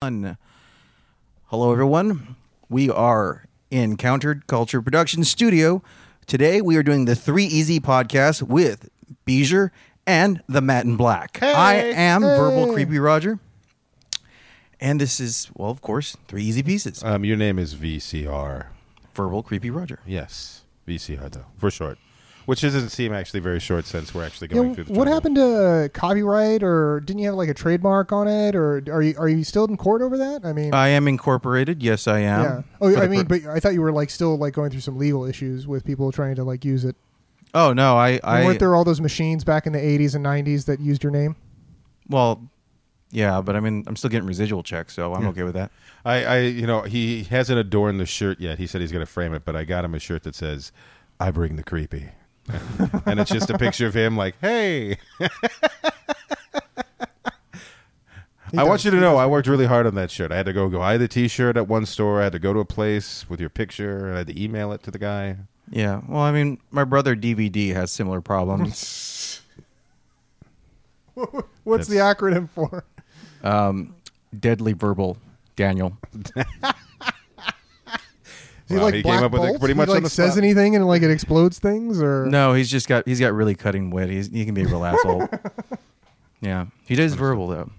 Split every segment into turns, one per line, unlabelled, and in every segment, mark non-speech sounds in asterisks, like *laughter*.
One. Hello, everyone. We are in Countered Culture Production Studio. Today, we are doing the Three Easy podcast with Beezer and the Matt in Black. I am Verbal Creepy Roger. And this is, well, of course, Three Easy Pieces.
Um, your name is VCR.
Verbal Creepy Roger.
Yes, VCR though for short, which doesn't seem actually very short since we're actually
Yeah,
going through the.
what
jungle.
happened to uh, copyright, or didn't you have like a trademark on it, or are you are you still in court over that? I
Uh,
mean,
I am incorporated. Yes, I am.
yeah. Oh,
For
I
the
mean,
pur-
but I thought you were like still like going through some legal issues with people trying to like use it.
oh, no. I.
And
I
weren't there all those machines back in the '80s and '90s that used your name?
Well, yeah, but I mean, I'm still getting residual checks, so I'm okay with that.
I, I, you know, he hasn't adorned the shirt yet. He said he's going to frame it, but I got him a shirt that says, "I bring the creepy," *laughs* and it's just a picture of him like,
*laughs*
"Hey." I want you to know I worked really hard on that shirt. I had to go go buy the T-shirt at one store. I had to go to a place with your picture, and I had to email it to the guy.
Yeah. Well, I mean, my brother DVD has similar problems.
What's the acronym for?
um, deadly verbal, Daniel.
Is he
Wow,
like
he came
Black
up with it
Bolt?
pretty much
he, like,
on the
says
spot.
anything and like it explodes things, or
No, he's just got he's got really cutting wit. He's, he can be a real
*laughs*
asshole. Yeah, he is verbal though.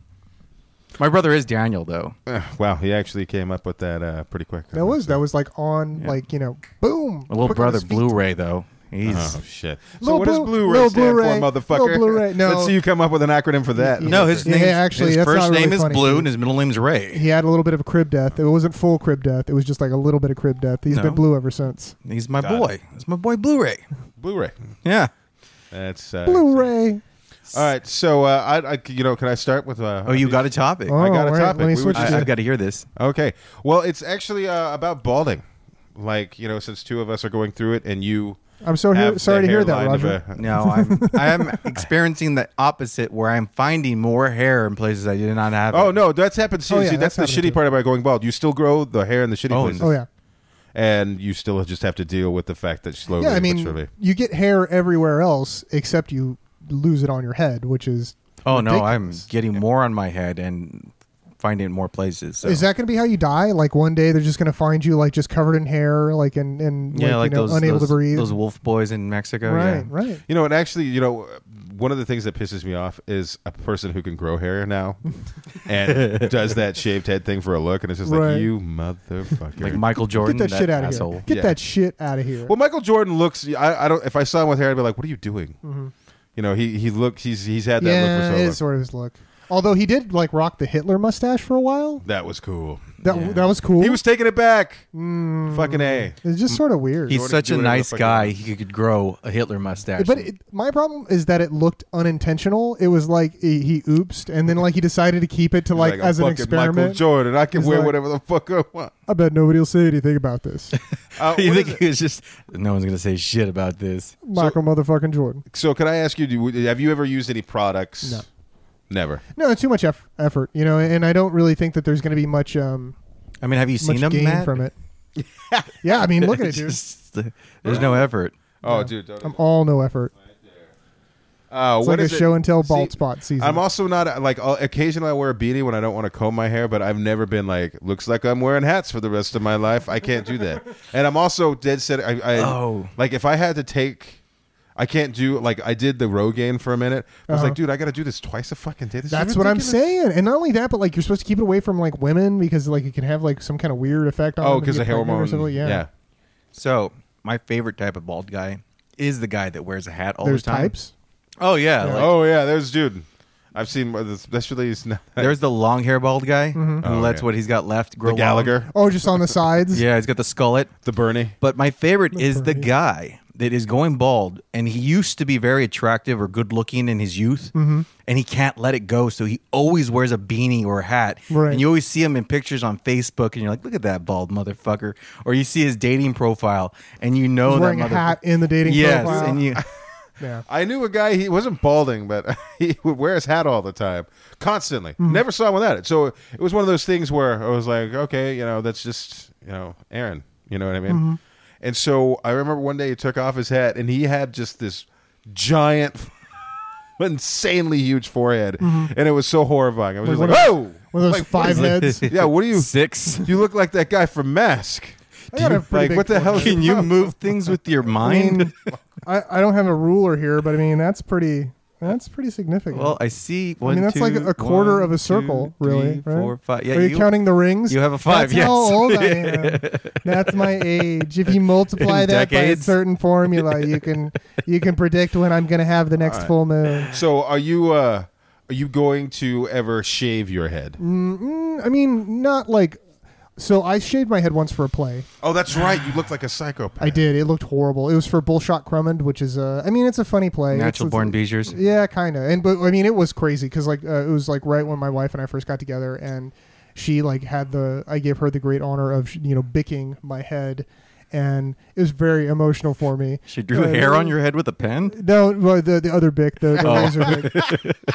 My brother is Daniel though.
Uh, wow, he actually came up with that uh, pretty quick.
that was that was like on
Yeah.
like you know, boom.
My little
quick on
brother
his feet.
Blu-ray though. He's
Oh shit! so
Lil
what does
Blu-
Blu-ray
Lil
stand
Blu-ray.
for, motherfucker?
Lil Blu-ray, no.
Let's see you come up with an acronym for that.
no his
Yeah,
name.
actually,
his
that's
first
not really
name is
funny.
Blue and his middle name's Ray.
*laughs* He had a little bit of a crib death. It wasn't full crib death. It was just like a little bit of crib death. He's
No.
been blue ever since.
He's my
Got it.
boy. He's my boy Blu-ray.
Blu-ray.
Yeah.
That's uh,
Blu-ray.
All right. So uh, I, I, you know, can I start with? Uh,
Oh, you got a topic.
Oh,
I got a
all right.
topic.
Let me
We
switch
were
I,
to-
I've got to hear this.
Okay. Well, it's actually uh, about balding. Like you know, since two of us are going through it, and you.
I'm so
have
Oh, here,
the
sorry to hear that,
hairline of
Roger.
a-
No, I'm
*laughs*
I'm experiencing the opposite where I'm finding more hair in places I did not have. it.
oh no, that's happened too.
Oh, yeah,
See, that's,
that's
the
happened
shitty
too.
part about going bald. You still grow the hair in the shitty
Oh,
places,
Oh yeah,
and you still just have to deal with the fact that slowly,
yeah. I
but
mean,
surely-
you get hair everywhere else except you lose it on your head, which is
Oh no, I'm
ridiculous.
getting more on my head and finding it more places. So.
Is that going to be how you die? Like one day they're just going to find you like just covered in hair, like and and
yeah, like,
you know,
those
unable
those,
to breathe.
those wolf boys in Mexico?
right,
yeah.
right.
You know, and actually, you know, one of the things that pisses me off is a person who can grow hair now
*laughs*
and does that shaved head thing for a look, and it's just
Right.
like you motherfucker.
Like Michael Jordan.
Get that, shit out of
asshole.
here. Get
Yeah.
that shit out of here.
well, Michael Jordan looks. I, I don't. If I saw him with hair, I'd be like, "What are you doing?" You know, he he looks. He's he's had that look
Mm-hmm. yeah,
for so
it
long.
is sort of his look. Although he did like rock the Hitler mustache for a while.
that was cool.
That
Yeah.
that was cool. Mm.
He was taking it back. Fucking a.
It's just sort of weird.
He's
Jordan
such
do
a
whatever the
nice
fuck he
guy.
wants.
He could grow a Hitler mustache.
But
*laughs*
it, my problem is that it looked unintentional. It was like he, he oopsed, and then like he decided to keep it to
He's
like,
"I'm
as an
fucking Michael
experiment.
Jordan, I can
He's
wear
like-
whatever the fuck I want.
I bet nobody will say anything about
*laughs*
this,
Uh,
you
what is
think
it?
he was just? No one's gonna say shit about this.
Michael motherfucking Jordan.
so? Can I ask you? Do, have you ever used any products?
No.
Never.
No, it's too much eff- effort, you know. And I don't really think that there's going to be much um
I mean, have you
much
seen him,
gain
Matt? *laughs*
from it. yeah, I mean, look at it, dude.
Just- uh, there's no effort.
Oh, dude. Don't
I'm all no effort.
Uh,
It's
what
like a
is it?
show and tell bald
See,
spot season.
I'm also not like I'll- occasionally I wear a beanie when I don't want to comb my hair, but I've never been like looks like I'm wearing hats for the rest of my life. I can't
*laughs*
do that, and I'm also dead set. I, I
Oh.
like if I had to take. I can't do like I did the Rogaine for a minute. I was
Uh-huh.
like, dude, I got to do this twice a fucking day. This is
That's what I'm
ridiculous.
saying. And not only that, but like you're supposed to keep it away from like women because like it can have like some kind of weird effect on them
Oh,
if
because
you
the
get pregnant or
hormone.
something.
Yeah. yeah,
So my favorite type of bald guy is the guy that wears a hat all
There's
the time.
types.
Oh yeah. like-
oh yeah. There's dude. I've seen that's really is not
There's the long hair bald guy
Mm-hmm.
who
Oh,
lets
yeah.
what he's got left grow.
*laughs* the
long.
Gallagher,
Oh, just on the
*laughs*
*laughs*
sides.
Yeah, he's got the skullet.
the Bernie.
But my favorite
The
is the
Bernie.
guy that is going bald, and he used to be very attractive or good looking in his youth,
Mm-hmm.
and he can't let it go. So he always wears a beanie or a hat.
Right.
And you always see him in pictures on Facebook, and you're like, look at that bald motherfucker. Or you see his dating profile, and you know
He's
Oh, that
wearing a
motherfucker.
hat in the dating
yes,
profile. *laughs*
and you. *laughs*
yeah.
I knew a guy. He wasn't balding, but *laughs* he would wear his hat all the time, constantly.
Mm-hmm.
Never saw him without it. So it was one of those things where I was like, okay, you know, that's just you know, Aaron. You know what I mean?
Mm-hmm.
And so I remember one day he took off his hat, and he had just this giant *laughs* insanely huge forehead, and it was so horrifying. I was just like,
Mm-hmm. one of-
"Whoa!"
One of those
Like, what
five
is that?
heads.
Yeah, what do you? *laughs*
Six.
You look like that guy from Mask.
I got a pretty
Like,
big
what the hell? is
Can
forehead. *laughs*
your
you
problem?
move things with your
I
mind?
mean, I, I don't have a ruler here, but I mean that's pretty that's pretty significant.
Well, I see one.
mean, that's
two,
like a quarter
one,
of a circle,
two,
really,
three,
right?
four, five. Yeah,
Are you, counting the rings?
you have a five,
That's how
yes.
old
*laughs*
I am. That's my age. If you multiply
In
that by a
decades.
certain formula, you can you can predict when I'm going to have the next
All right.
full moon.
So, are you? uh Are you going to ever shave your head?
Mm, I mean, not like. So I shaved my head once for a play.
Oh, that's right. You look like a psychopath.
I did. It looked horrible. It was for Bullshot Crummond, which is a. I mean, it's a funny play. It's-
Natural
it's-
born Beegers.
Yeah, kind of. And but I mean, it was crazy because like uh, it was like right when my wife and I first got together, and she like had the I gave her the great honor of you know bicking my head, and it was very emotional for me.
She drew
Uh,
hair on your Oh. head with a pen.
No, well, the the other bick, the, the razor bick.
*laughs*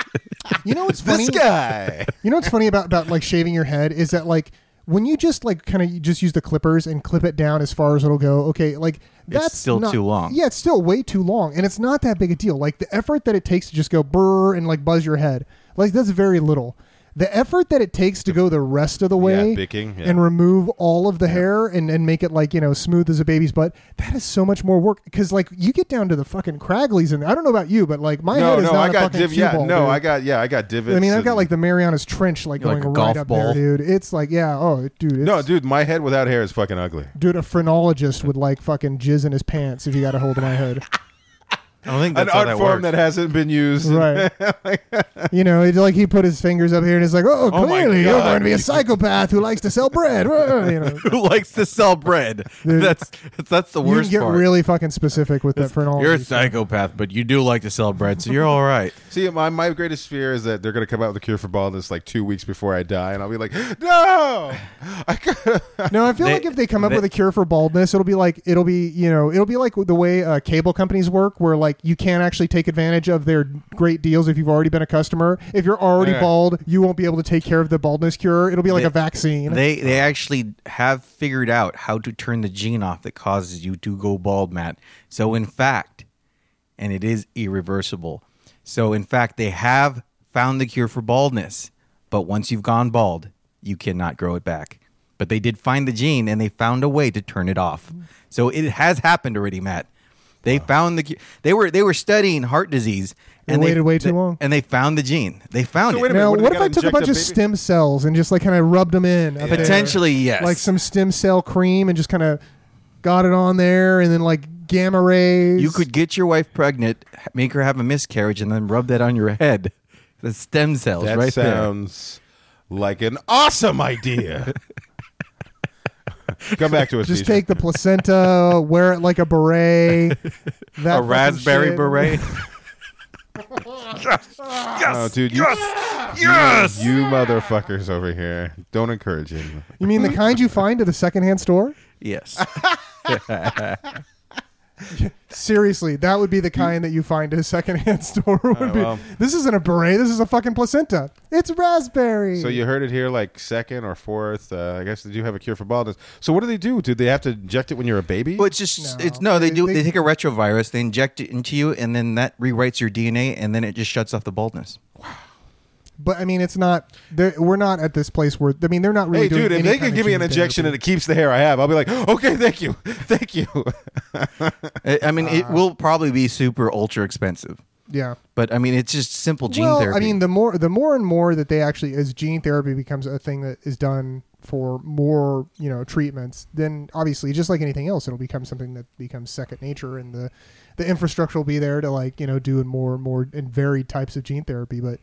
You know what's funny?
This guy.
You know what's funny about about like shaving your head is that like when you just like kind of just use the clippers and clip it down as far as it'll go. Okay, like that's
still
not-
too long.
Yeah, it's still way too long, and it's not that big a deal. Like the effort that it takes to just go brr and like buzz your head, like that's very little. The effort that it takes to go the rest of the way
picking, yeah.
and remove all of the hair and, and make it like you know smooth as a baby's butt, that is so much more work. Because like you get down to the fucking cragglies, and I don't know about you, but like my
no,
head is
no,
not
I
a
got
fucking
div-
cue
yeah,
ball,
no,
dude.
I got yeah, I got divots.
I mean, I've got
and-
like the Marianas Trench like
Like
going
a
right
golf
up
ball.
there, dude. It's like, yeah, oh, dude, it's,
no, dude. My head without hair is fucking ugly.
dude, a phrenologist would like fucking jizz in his pants if you got a hold of
*laughs*
my hood,
*laughs* I don't think
An
that's how
art
that
form
works.
that hasn't been used.
right?
*laughs*
you know, it's like he put his fingers up here and it's like, oh,
Oh my
clearly you're
God.
going to be a psychopath who likes to sell bread. *laughs* you know,
Who likes to sell bread? *laughs*
Dude.
That's that's the
you can
worst
get
part.
really fucking specific with that phrenologist.
you're a psychopath, but you do like to sell bread, so you're all right.
See, my, my greatest fear is that they're gonna come out with a cure for baldness like two weeks before I die, and I'll be like, no. I could-
No, I feel
They-
like if they come up
they-
with a cure for baldness, it'll be like it'll be you know it'll be like the way uh, cable companies work, where like you can't actually take advantage of their great deals if you've already been a customer. If you're already
Yeah.
bald, you won't be able to take care of the baldness cure. It'll be like
They-
a vaccine.
They they actually have figured out how to turn the gene off that causes you to go bald, Matt. So in fact, and it is irreversible. So in fact, they have found the cure for baldness, but once you've gone bald, you cannot grow it back. But they did find the gene and they found a way to turn it off.
Mm.
So it has happened already, Matt. They found the cu- they were they were studying heart disease
They waited way too long.
and they found the gene. They found
So
it.
wait a
now,
minute, what,
what,
they
if
gotta
I took a
inject
bunch
a
of
baby?
stem cells and just like kind of rubbed them in? up there?
Potentially, yes.
like some stem cell cream, and just kind of got it on there, and then like gamma rays.
You could get your wife pregnant, h- make her have a miscarriage, and then rub that on your head. The stem cells,
that
right
sounds like an awesome idea. come back to us.
just
Nisha.
take the placenta, wear it like
*laughs*
a beret.
there.
That
A raspberry
fucking shit.
beret.
Oh, dude, you,
yes.
you motherfuckers over here. Don't encourage him.
You
*laughs*
mean the kind you find at a secondhand store? *laughs*
Yes.
Seriously, that would be the kind that you find at a secondhand *laughs* store. Would
right,
be,
well.
This isn't a beret. This is a fucking placenta. It's raspberry.
So you heard it here, like second or fourth. Uh, I guess they do have a cure for baldness. So what do they do? Do they have to inject it when you're a baby?
Well, it's just
No.
it's no. They
They-
do.
they-
They take a retrovirus, they inject it into you, and then that rewrites your DNA, and then it just shuts off the baldness.
but I mean, it's not. they're- We're not at this place where. I mean, they're not really.
hey,
doing
dude, if
any
they
kind
can
of
give me an
gene
injection and
therapy.
it keeps the hair I have, I'll be like, *laughs* okay, thank you, thank you.
I, I mean,
Ah.
it will probably be super ultra expensive,
yeah.
but I mean, it's just simple gene
well,
therapy.
I mean, the more the more and more that they actually, as gene therapy becomes a thing that is done for more, you know, treatments, then obviously, just like anything else, it'll become something that becomes second nature, and the the infrastructure will be there to like you know doing more and more and varied types of gene therapy. But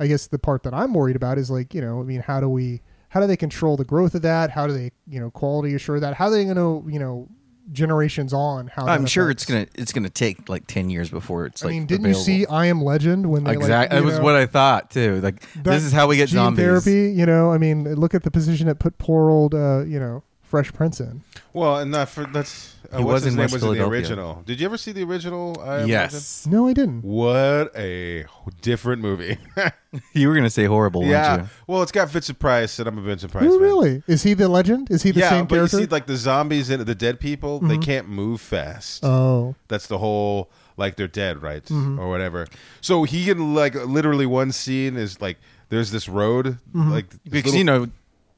I guess the part that I'm worried about is like you know, I mean, how do we how do they control the growth of that? How do they you know quality assure that? How are they going to you know generations on how?
I'm
that
sure
affects-
it's gonna it's gonna take like ten years before it's
I
like.
mean, didn't
available.
you see I Am Legend when they
Exactly.
like
that
you
was
know-
what I thought too. Like
that
this is how we get
gene
zombies.
therapy. You know, I mean, look at the position it put poor old, uh, you know, Fresh Prince in.
well, and not for that's uh,
He
what's
was
his
in
name
West
was in the
Philadelphia.
original. Did you ever see the original? uh, I Am Legend?
Yes.
No, I didn't.
What a different movie. *laughs*
You were gonna say horrible, weren't
yeah.
you?
Well, it's got Vincent Price, and I'm a Vincent Price.
Who
fan.
really is he? The legend? Is he the
yeah,
same
but
character? Mm-hmm.
you see, like the zombies and the dead people, they can't move fast.
oh,
That's the whole like they're dead, right, or whatever. So he can like literally one scene is like there's this road, like this
because
little-
you know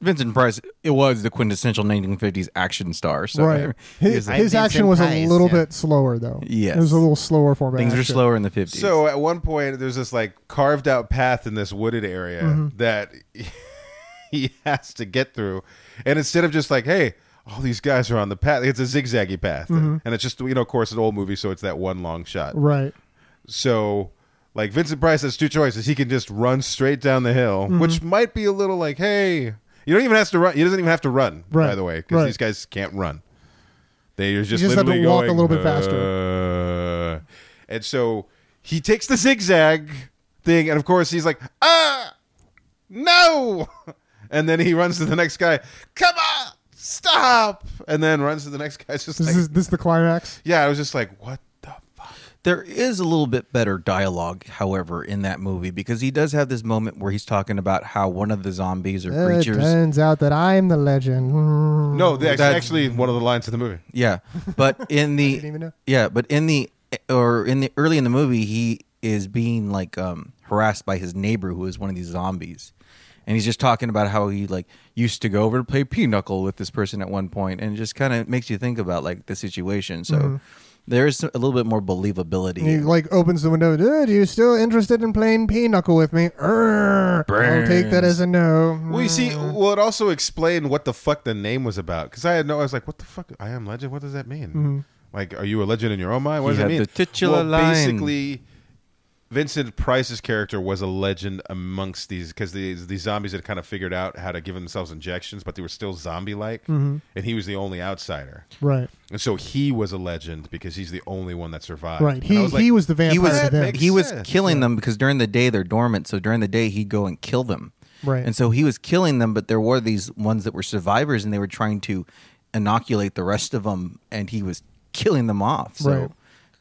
Vincent Price, it was the quintessential 1950s action star. So
right.
he
His,
was like,
his
Vincent
action was a
Price,
little
yeah.
bit slower though.
Yes.
it was a little slower format.
things are
action.
slower in the 50s.
So uh, at one point, there's this like carved out path in this wooded area that *laughs* he has to get through, and instead of just like, hey, all these guys are on the path, it's a zigzaggy path, and it's just you know, of course, an old movie, so it's that one long shot.
Right.
So. Like Vincent Price has two choices. He can just run straight down the hill,
Mm-hmm.
which might be a little like, hey, you don't even have to run. He doesn't even have to run, by
Right,
the way, because
right.
these guys can't run. They are just,
just have to
literally
walk a
going,
little bit faster.
"Uh," and so he takes the zigzag thing, and of course he's like, ah, no, *laughs* and then he runs to the next guy. Come on, stop, and then runs to the next guy. It's just
This
like,
is this is the climax.
yeah, I was just like, what the fuck?
There is a little bit better dialogue, however, in that movie because he does have this moment where he's talking about how one of the zombies or
It
creatures.
turns out that I'm the legend. Mm.
No, that's
That's-
actually one of the lines of the movie.
Yeah,
*laughs*
but in the
didn't even know.
yeah, but in the or in the early in the movie, he is being like um, harassed by his neighbor who is one of these zombies, and he's just talking about how he like used to go over to play pinochle with this person at one point, and it just kind of makes you think about like the situation. So
Mm-hmm.
there is a little bit more believability.
He like opens the window. Dude, you still interested in playing pinochle with me? Err, I'll take that as a no.
Well, you see, well, it also explained what the fuck the name was about because I had no. I was like, what the fuck? I am legend. What does that mean? Like, are you a legend in your own mind? What
He
does that
had
mean?
the titular
well,
line.
basically, Vincent Price's character was a legend amongst these because these these zombies had kind of figured out how to give themselves injections, but they were still zombie like, and he was the only outsider,
Right.
and so he was a legend because he's the only one that survived.
Right.
And
He
I was like,
he was the vampire.
he was
to them.
makes
he was
sense,
killing them because during the day they're dormant. So during the day he'd go and kill them.
Right.
And so he was killing them, but there were these ones that were survivors, and they were trying to inoculate the rest of them, and he was killing them off. So
Right.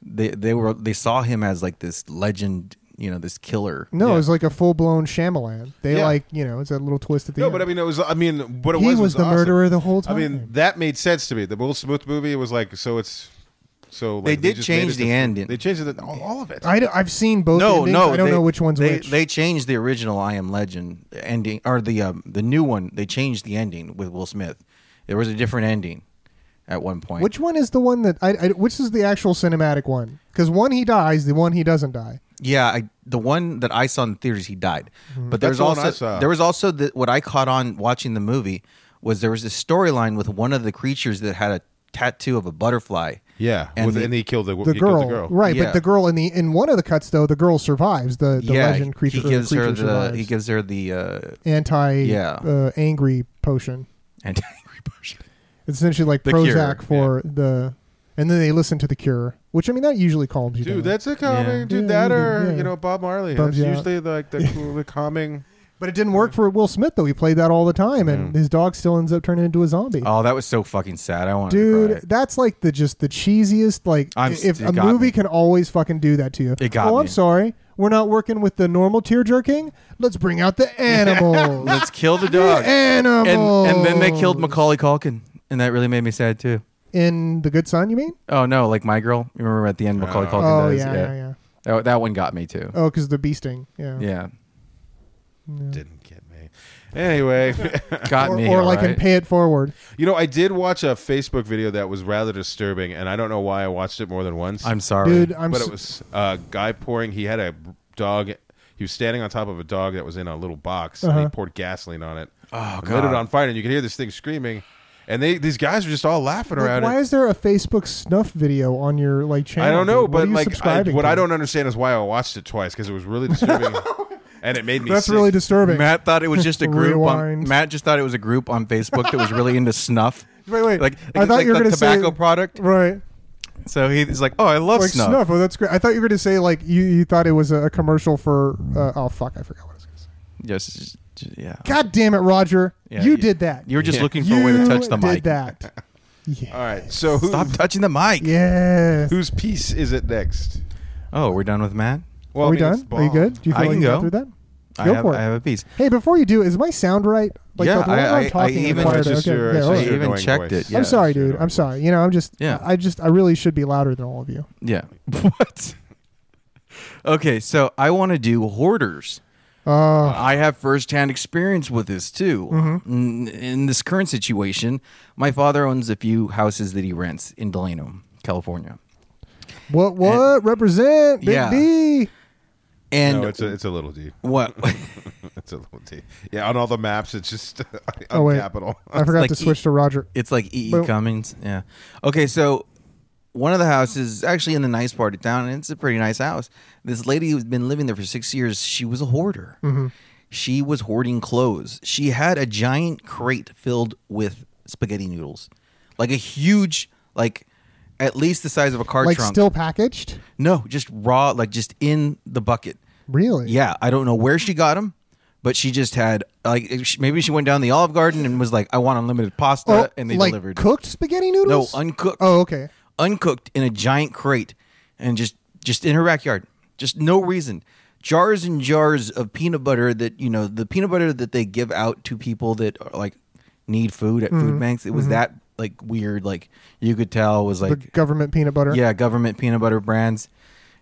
they they were they saw him as like this legend, you know, this killer.
No,
Yeah.
it was like a full blown Shyamalan. They
Yeah.
like you know it's a little twist at the
No,
end.
but I mean, it was. I mean, what it
He
was
was the
awesome.
murderer the whole
I mean,
time.
that made sense to me. The Will Smith movie was like, so it's so like,
They did
just
change
made it
the
different.
ending.
They changed the, all, all of it.
I don't- I've seen both.
No,
endings.
no,
I don't
they-
know which one's
they,
which.
They changed the original "I Am Legend" ending, or the um, the new one. They changed the ending with Will Smith. There was a different ending at one point.
which one is the one that I, I which is the actual cinematic one? Because one he dies, the one he doesn't die.
Yeah, I, the one that I saw in theaters, he died.
Mm-hmm.
But there
That's
was
the one I
also
saw.
there was also the, what I caught on watching the movie was there was a storyline with one of the creatures that had a tattoo of a butterfly.
yeah,
and
and, with,
the-
and he killed the,
The
he
girl,
killed the girl.
right?
Yeah.
But the girl in the in one of the cuts though, the girl survives. The, the
yeah,
legend creature,
he gives
the creature
her the
survives.
he gives her the uh, *laughs*
anti
Yeah.
uh, angry potion.
anti
It's essentially like
The cure,
Prozac for the, and then they listen to the cure, which I mean that usually calms you
Dude,
down.
that's a calming.
Yeah.
Dude,
Yeah,
that
you
or
did, yeah.
you know Bob Marley.
Bums you out.
that's usually
*laughs*
like the, cool, the calming.
But it didn't work for Will Smith though. He played that all the time, and his dog still ends up turning into a zombie.
Oh, that was so fucking sad. I want
Dude,
to cry.
that's like the just the cheesiest. Like,
I'm-
if
it
a
got
movie
me.
can always fucking do that to you.
It got
oh, I'm
me.
sorry, we're not working with the normal tear jerking. Let's bring out the animals.
Let's kill the dog. and
animals.
and then they killed Macaulay Culkin, and that really made me sad too.
in the Good Son. You mean?
Oh no, like my girl. You remember at the end, Macaulay
Oh.
Culkin
Oh
dies.
yeah, yeah, yeah.
That, that one got me too.
Oh, because the bee sting. Yeah.
Yeah,
Didn't get me. Anyway, *laughs*
got
Or,
me.
or
all
like in
right.
Pay It Forward.
you know, I did watch a Facebook video that was rather disturbing, and I don't know why I watched it more than once.
I'm sorry,
Dude, I'm
but
s-
it was a guy pouring. He had a dog. He was standing on top of a dog that was in a little box, and he
Uh-huh.
poured gasoline on it,
Oh,
and lit it
God.
on fire, and you could hear this thing screaming. And they these guys were just all laughing
Like,
around
why
it.
is there a Facebook snuff video on your like channel?
I don't know,
dude? What are
but
you
like I,
subscribing
what I
to?
don't understand is why I watched it twice because it was really
*laughs*
disturbing, and it made me.
That's
sick.
really disturbing.
Matt thought it was just a group. On,
Rewind.
Matt just thought it was a group on Facebook that was really into snuff.
*laughs* Wait, wait.
Like,
I thought
like
you were
the
going to say
tobacco product.
Right.
So he's like, "Oh, I love
like
snuff."
snuff. Oh, that's great. I thought you were going to say like you, you thought it was a, a commercial for. Uh, oh fuck, I forgot what I was going to say.
Yes, it's just- yeah.
God damn it, Roger!
Yeah,
you
you-
did that.
You were just
Yeah.
looking for a way to
You
touch the mic. *laughs*
Did that? Yeah.
all right. So who,
Stop touching the mic.
Yes.
whose piece is it next?
Oh, we're done with Matt.
Well,
Are we
I mean, it's
done? Are you
Bond.
good? Do you
I
feel like
can
you
go.
got through that?
I
Go
have,
for it.
I have a piece.
Hey, before you do, is my sound right?
Yeah,
the way
I-
I'm
I- I
talking is
even-
quieter.
It's just
Okay,
your-
yeah,
it's
all
just
right.
your
even
annoying
checked
voice.
it, yeah.
I'm
it's
sorry,
your
dude.
annoying
I'm sorry. You know, I'm just.
Yeah.
I just. I really should be louder than all of you.
Yeah. *laughs* What? okay, so I want to do hoarders.
Uh,
I have firsthand experience with this too.
Mm-hmm.
In, in this current situation, my father owns a few houses that he rents in Delano, California,
what? What? Represent Big
Yeah.
D.
and
No, it's a, it's a little deep.
what?
*laughs*
*laughs*
It's a little deep. Yeah, on all the maps, it's just *laughs* uh,
Oh,
on
wait.
capital.
*laughs* I forgot
like
to switch to Roger.
It's like E. E.
Well-
Cummings. Yeah. Okay, so one of the houses is actually in the nice part of town, and it's a pretty nice house. This lady who's been living there for six years, she was a hoarder.
Mm-hmm.
She was hoarding clothes. She had a giant crate filled with spaghetti noodles, like a huge, like at least the size of a car
Like
trunk.
still packaged.
no, just raw, like just in the bucket.
Really?
Yeah, I don't know where she got them, but she just had like maybe she went down the Olive Garden and was like, "I want unlimited pasta,"
Oh,
and they
like
delivered.
cooked spaghetti
No,
noodles.
uncooked.
Oh, okay.
Uncooked in a giant crate and just just in her backyard. Just no reason. Jars and jars of peanut butter that, you know, the peanut butter that they give out to people that are like need food at food banks. It was that like weird like you could tell was
The
like
government peanut butter.
yeah, government peanut butter brands,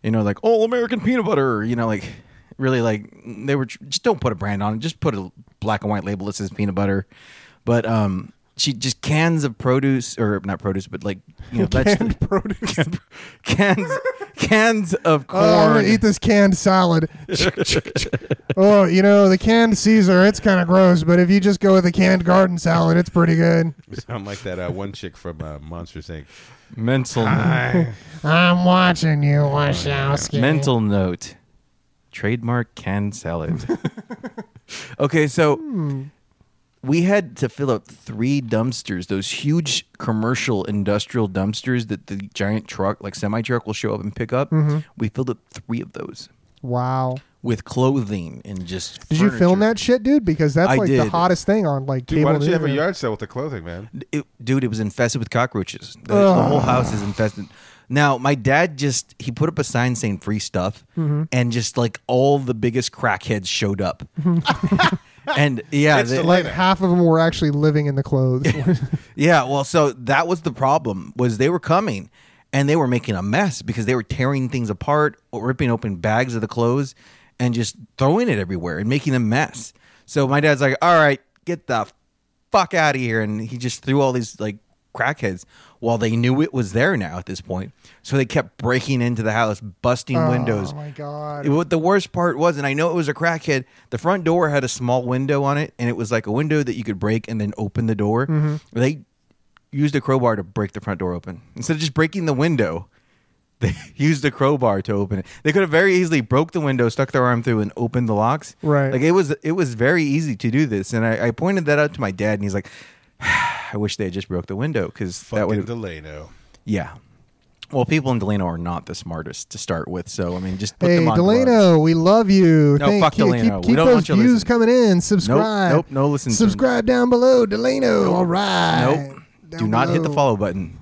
you know, like all American peanut butter, you know, like really like they were tr- just don't put a brand on it, just put a black and white label that says peanut butter. But um she just cans of produce or not produce, but like you know, vegetable
Canned produce.
*laughs* cans cans of corn.
Oh, I'm gonna eat this
*laughs*
canned salad. oh, you know the canned Caesar, it's kind of gross, but if you just go with the canned garden salad, it's pretty good.
*laughs* I'm like that uh, one chick from uh, Monsters Inc.
mental
Ah, I'm watching you, Wachowski.
Oh, mental note. Trademark canned salad.
*laughs*
okay, so
Hmm.
we had to fill up three dumpsters, those huge commercial industrial dumpsters that the giant truck, like semi truck, will show up and pick up.
Mm-hmm.
We filled up three of those
Wow.
with clothing and just.
Did you film
furniture.
that shit, dude? Because that's
I
like the
did.
hottest thing on like
Dude,
cable.
why don't you have a
news.
yard sale with the clothing, man?
It, dude, it was infested with cockroaches. The, the whole house is infested. Now, my dad just he put up a sign saying "free stuff," and just like all the biggest crackheads showed up. *laughs* and yeah,
It's
they-
the-
Like half of them were actually living in the clothes.
yeah. Well, so that was the problem was they were coming, and they were making a mess because they were tearing things apart, or ripping open bags of the clothes, and just throwing it everywhere and making a mess. So my dad's like, "All right, get the fuck out of here," and he just threw all these like crackheads. Well, they knew it was there now at this point, so they kept breaking into the house, busting *laughs* windows,
Oh my god.
it- What the worst part was, and I know it was a crackhead. The front door had a small window on it, and it was like a window that you could break and then open the door.
Mm-hmm.
They used a crowbar to break the front door open instead of just breaking the window. *laughs* They used a crowbar to open it. They could have very easily broke the window, stuck their arm through, and opened the locks.
Right.
Like it was, it was very easy to do this, and I, I pointed that out to my dad, and he's like, *sighs* "I wish they had just broke the window because that
Fucking
would
Delano.
yeah." Well, people in Delano are not the smartest to start with, so I mean, just put
Hey
them on gloves.
Delano, we love you.
No,
Thank
fuck
you.
Delano.
Keep,
We
keep
don't
those
want you to
views
listen.
coming in. Subscribe.
nope, no listen to 'em.
Subscribe down below, Delano. All right.
Nope.
Down
Do not hit the
below.
follow button.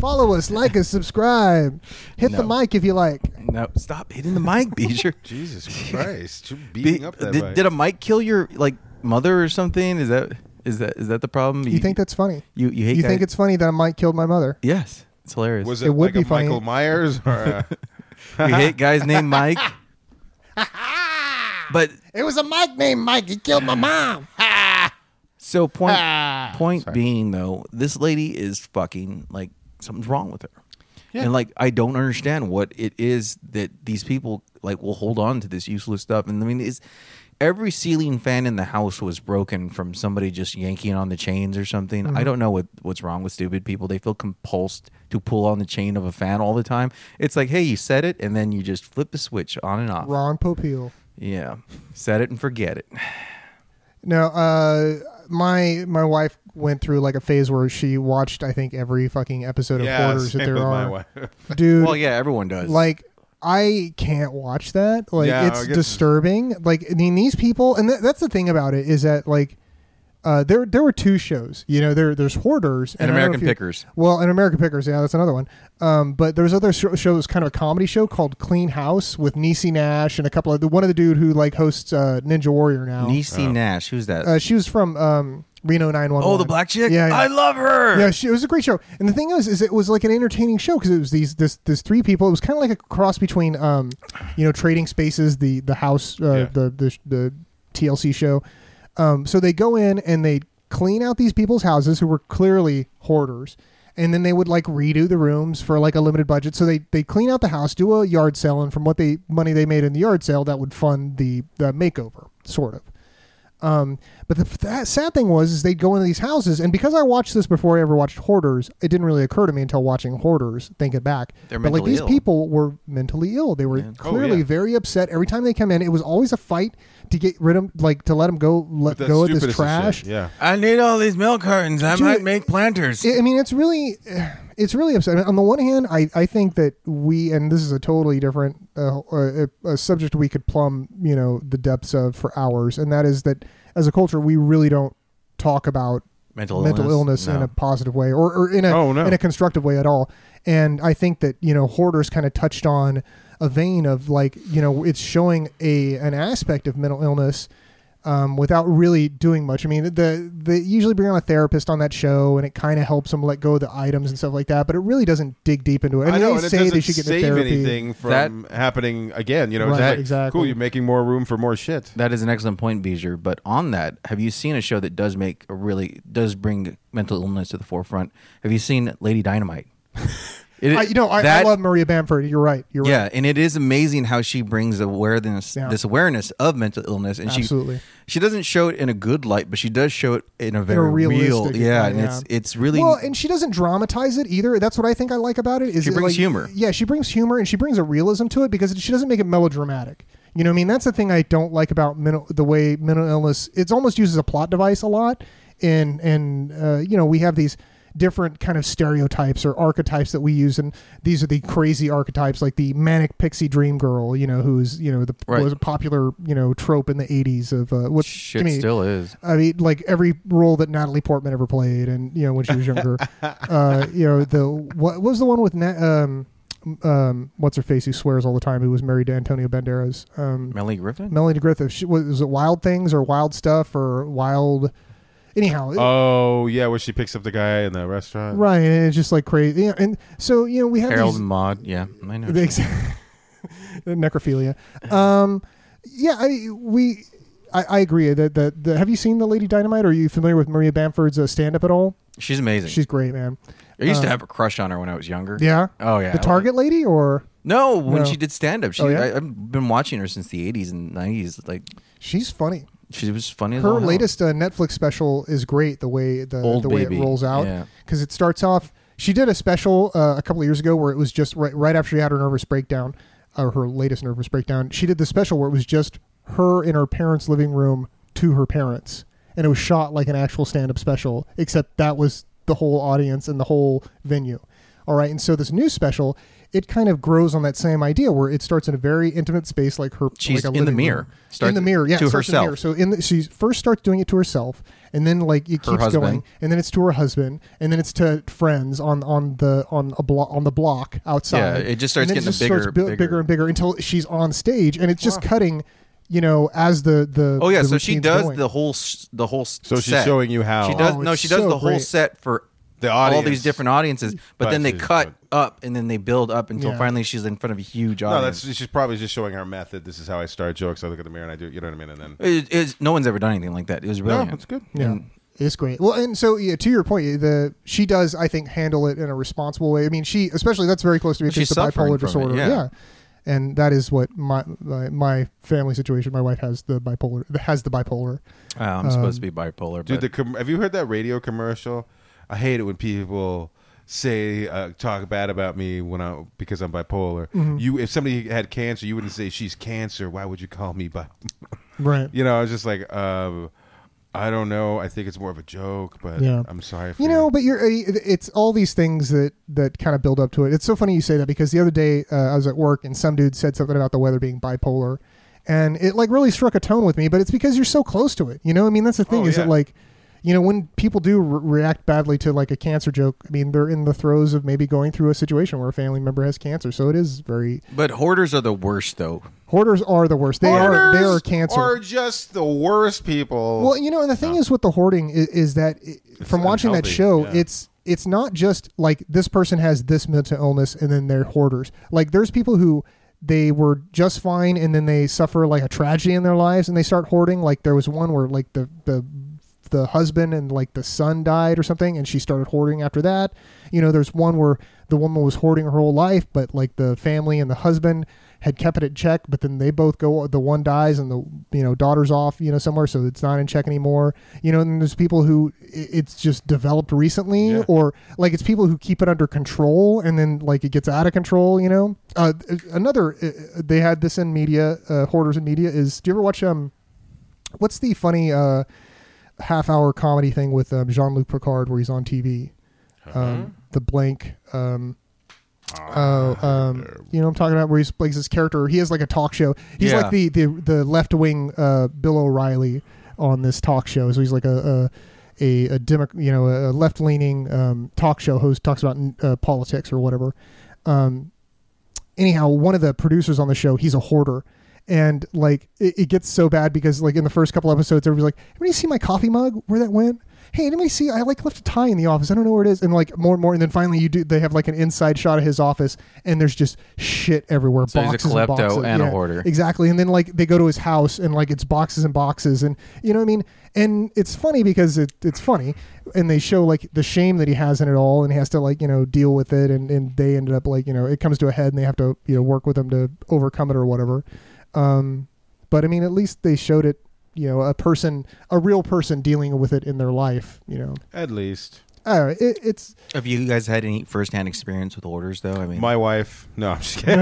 Follow us, like us, subscribe. Hit the
No.
mic if you like.
No, stop hitting the
*laughs*
mic, Beecher. *laughs*
Jesus Christ, you're
Be-
beating up that
did,
way.
did a mic kill your like mother or something? Is that is that is that the problem?
You think that's funny?
you you hate
You think
guy-
it's funny that a mic killed my mother?
yes? It's hilarious.
was
it
it,
would
like
be
a
funny. *laughs*
Michael Myers or uh, a,
you hate guys named Mike, but
It was a mic named Mike. He killed my mom.
so point
Ah,
point being though, this lady is fucking like something's wrong with her. And like I don't understand what it is that these people like will hold on to this useless stuff. And I mean is every ceiling fan in the house was broken from somebody just yanking on the chains or something.
Mm-hmm.
I don't know what what's wrong with stupid people. They feel compulsed to pull on the chain of a fan all the time. It's like, hey, you set it and then you just flip the switch on and off.
Ron Popeil.
Yeah. Set it and forget it.
No, uh, my my wife went through like a phase where she watched I think every fucking episode of
yeah,
Hoarders
same
that
with
there
my
are.
wife. *laughs*
Dude,
Well, yeah, everyone does.
like I can't watch that. Like
Yeah, I
it's
guess-
disturbing. Like I mean, these people, and th- that's the thing about it is that like uh, there there were two shows. You know, there there's Hoarders
And
I don't know
American
if you-
Pickers.
Well, and American Pickers, yeah, that's another one. Um, but there was other show, show that was kind of a comedy show called Clean House with Niecy Nash and a couple of the one of the dude who like hosts uh, Ninja Warrior now.
Niecy Nash, who's that?
Oh. Uh, she was from um, Reno 911.
oh, the black chick.
Yeah, yeah.
I love her.
Yeah, she, it was a great show. And the thing is, is it was like an entertaining show because it was these this this three people. It was kind of like a cross between, um, you know, Trading Spaces, the the house, uh,
Yeah.
the, the the TLC show. Um, so they go in and they clean out these people's houses who were clearly hoarders, and then they would like redo the rooms for like a limited budget. So they they clean out the house, do a yard sale, and from what they money they made in the yard sale, that would fund the the makeover, sort of. Um, but the that sad thing was is they'd go into these houses, and because I watched this before I ever watched Hoarders, it didn't really occur to me until watching Hoarders. Thinking back,
They're
but like
mentally
these
ill. Oh,
people were mentally ill. They were clearly
yeah.
very upset every time they come in. It was always a fight to get rid of, like to let them go, let
With that
go of this
stupidest of shit.
trash.
Yeah.
I need all these milk cartons. I
Dude,
might make planters.
I I mean, it's really, it's really upsetting. On the one hand, I, I think that we, and this is a totally different uh, uh, a subject we could plumb, you know, the depths of for hours, and that is that as a culture, we really don't talk about
mental illness.
mental illness, in
No.
a positive way or, or in a
Oh, no.
in a constructive way at all. And I think that you know hoarders kind of touched on a vein of like you know it's showing a an aspect of mental illness um, without really doing much. I mean, the they usually bring on a therapist on that show, and it kind of helps them let go of the items and stuff like that. But it really doesn't dig deep into it. I mean,
know,
they
and it
say
doesn't
they should get into
save
therapy.
anything from happening again. You know, it's
Right,
just like,
exactly.
Cool, you're making more room for more shit.
That is an excellent point, Beezer. But on that, have you seen a show that does make a really does bring mental illness to the forefront? Have you seen Lady Dynamite? It is-
*laughs* I, you know, I,
that-
I love Maria Bamford. You're right. You're right.
Yeah, and it is amazing how she brings awareness,
Yeah.
this awareness of mental illness, and
Absolutely.
she she doesn't show it in a good light, but she does show it in a very real,
realistic
yeah,
way,
and
yeah.
it's it's really
well, and she doesn't dramatize it either. That's what I think I like about it. Is
She
it,
brings
like-
humor.
Yeah, she brings humor and she brings a realism to it because she doesn't make it melodramatic. You know, what I mean, that's the thing I don't like about mental, the way mental illness. It's almost used as a plot device a lot, and and uh, you know we have these different kind of stereotypes or archetypes that we use and these are the crazy archetypes like the manic pixie dream girl you know who's you know the
Right.
was a popular you know trope in the 80s of uh, what
shit
to me,
still is.
I mean, like every role that Natalie Portman ever played, and you know when she was younger, uh, you know the what was the one with Nat, um, um, what's her face who swears all the time who was married to Antonio Banderas, um,
Melanie Griffin.
Melanie Griffith. She, was, was it Wild Things or Wild Stuff or Wild? Anyhow, it-
Oh yeah, where she picks up the guy in the restaurant.
right? And it's just like crazy, yeah, and so you know we have
Harold
these,
and Maude. Yeah, I know.
*laughs* Ex- necrophilia. Um, yeah, I we I, I agree that that the, have you seen the Lady Dynamite? Are you familiar with Maria Bamford's uh, stand up at all?
She's amazing.
She's great, man.
I used to have a crush on her when I was younger.
Yeah.
Oh yeah.
The Target lady or
No, when
No.
she did stand up, she
Oh, yeah?
I, I've been watching her since the '80s and '90s. Like
she's funny.
she was funny. as
Her
all hell.
latest uh, Netflix special is great. The way the
Old
the way
Baby.
it rolls
Yeah.
out because it starts off. She did a special uh, a couple of years ago where it was just right right after she had her nervous breakdown, or her latest nervous breakdown. She did the special where it was just her in her parents' living room to her parents, and it was shot like an actual stand up special. Except that was the whole audience and the whole venue. All right, and so this new special, it kind of grows on that same idea where it starts in a very intimate space, like her.
She's
like a
in the
living
mirror.
room.
Starts
in the mirror, yeah,
to
starts in the mirror.
herself.
So in the, she first starts doing it to herself, and then like it
Her
keeps
husband.
going, and then it's to her husband, and then it's to friends on on the on a blo- on the block outside.
Yeah, it just starts
And then
getting
it just
bigger,
starts bu-
bigger.
bigger and bigger until she's on stage, and it's just cutting, you know, as the the
Oh yeah,
the
so she
routine's
does
going.
the whole s- the whole.
So she's
set.
showing you how.
she does.
Oh,
no,
it's
she does
so
the whole
great.
set for
The
all
audience.
these different audiences, but
But
then they
she's-
cut up and then they build up until
Yeah.
finally she's in front of a huge
No,
audience.
that's she's probably just showing her method. This is how I start jokes. I look at the mirror and I do. You know what I mean? And then
It- it's- no one's ever done anything like that. It was brilliant.
it's good.
Yeah. It's great. Well, and so yeah, to your point, the she does I think handle it in a responsible way. I mean, she especially that's very close to me
She's
because the
suffering
bipolar
from it,
disorder.
yeah.
and that is what my, my my family situation. My wife has the bipolar has the bipolar.
Uh, I'm
Um,
supposed to be bipolar,
Dude,
but
the com- have you heard that radio commercial? I hate it when people say uh, talk bad about me when I because I'm bipolar.
Mm-hmm.
You, if somebody had cancer, you wouldn't say she's cancer. Why would you call me bi? *laughs*
Right.
You know, I was just like, um, I don't know. I think it's more of a joke, but
Yeah.
I'm sorry. For
You know, but you're uh, it's all these things that that kind of build up to it. It's so funny you say that because the other day uh, I was at work and some dude said something about the weather being bipolar, and it like really struck a tone with me. But it's because you're so close to it. You know, I mean that's the thing
Oh,
is
yeah.
that like. you know when people do re- react badly to like a cancer joke i mean they're in the throes of maybe going through a situation where a family member has cancer so it is very
But hoarders are the worst, though.
hoarders are the worst they are they are
Hoarders
cancer
Are just the worst people.
Well, you know, and the thing is with the hoarding is, is that it, from watching that
unhealthy,
show,
yeah.
it's it's not just like this person has this mental illness and then they're hoarders. Like there's people who they were just fine and then they suffer like a tragedy in their lives and they start hoarding. Like there was one where like the the the husband and like the son died or something and she started hoarding after that. You know, there's one where the woman was hoarding her whole life, but like the family and the husband had kept it in check, but then they both go the one dies and the you know daughter's off, you know, somewhere so it's not in check anymore. You know, and there's people who i- it's just developed recently
Yeah.
or like it's people who keep it under control and then like it gets out of control, you know. Uh another uh, they had this in media, uh, hoarders in media is do you ever watch um what's the funny uh half hour comedy thing with um, Jean Luc Picard where he's on TV. Um, the blank. Um, oh, um, you know what I'm talking about? Where he's plays this character. He has like a talk show. He's
Yeah.
like the the the left wing uh, Bill O'Reilly on this talk show. So he's like a. a a, a demo, you know, a left leaning um, talk show host talks about uh, politics or whatever. Um, anyhow, one of the producers on the show, he's a hoarder. And like it, it gets so bad because like in the first couple episodes, everybody's like, anybody see my coffee mug where that went? Hey, anybody see I like left a tie in the office. I don't know where it is. And like more and more, and then finally you do they have like an inside shot of his office and there's just shit everywhere.
So he's a
boxes
klepto
and, boxes.
and a
Yeah,
hoarder.
Exactly. And then like they go to his house and like it's boxes and boxes and you know what I mean? And it's funny because it, it's funny. And they show like the shame that he has in it all and he has to like, you know, deal with it and, and they ended up like, you know, it comes to a head and they have to, you know, work with him to overcome it or whatever. Um but I mean at least they showed it, you know, a person a real person dealing with it in their life, you know.
At least
I don't know, it, it's
Have you guys had any firsthand experience with hoarders, though? I mean,
my wife. No, I'm
*laughs*
just kidding.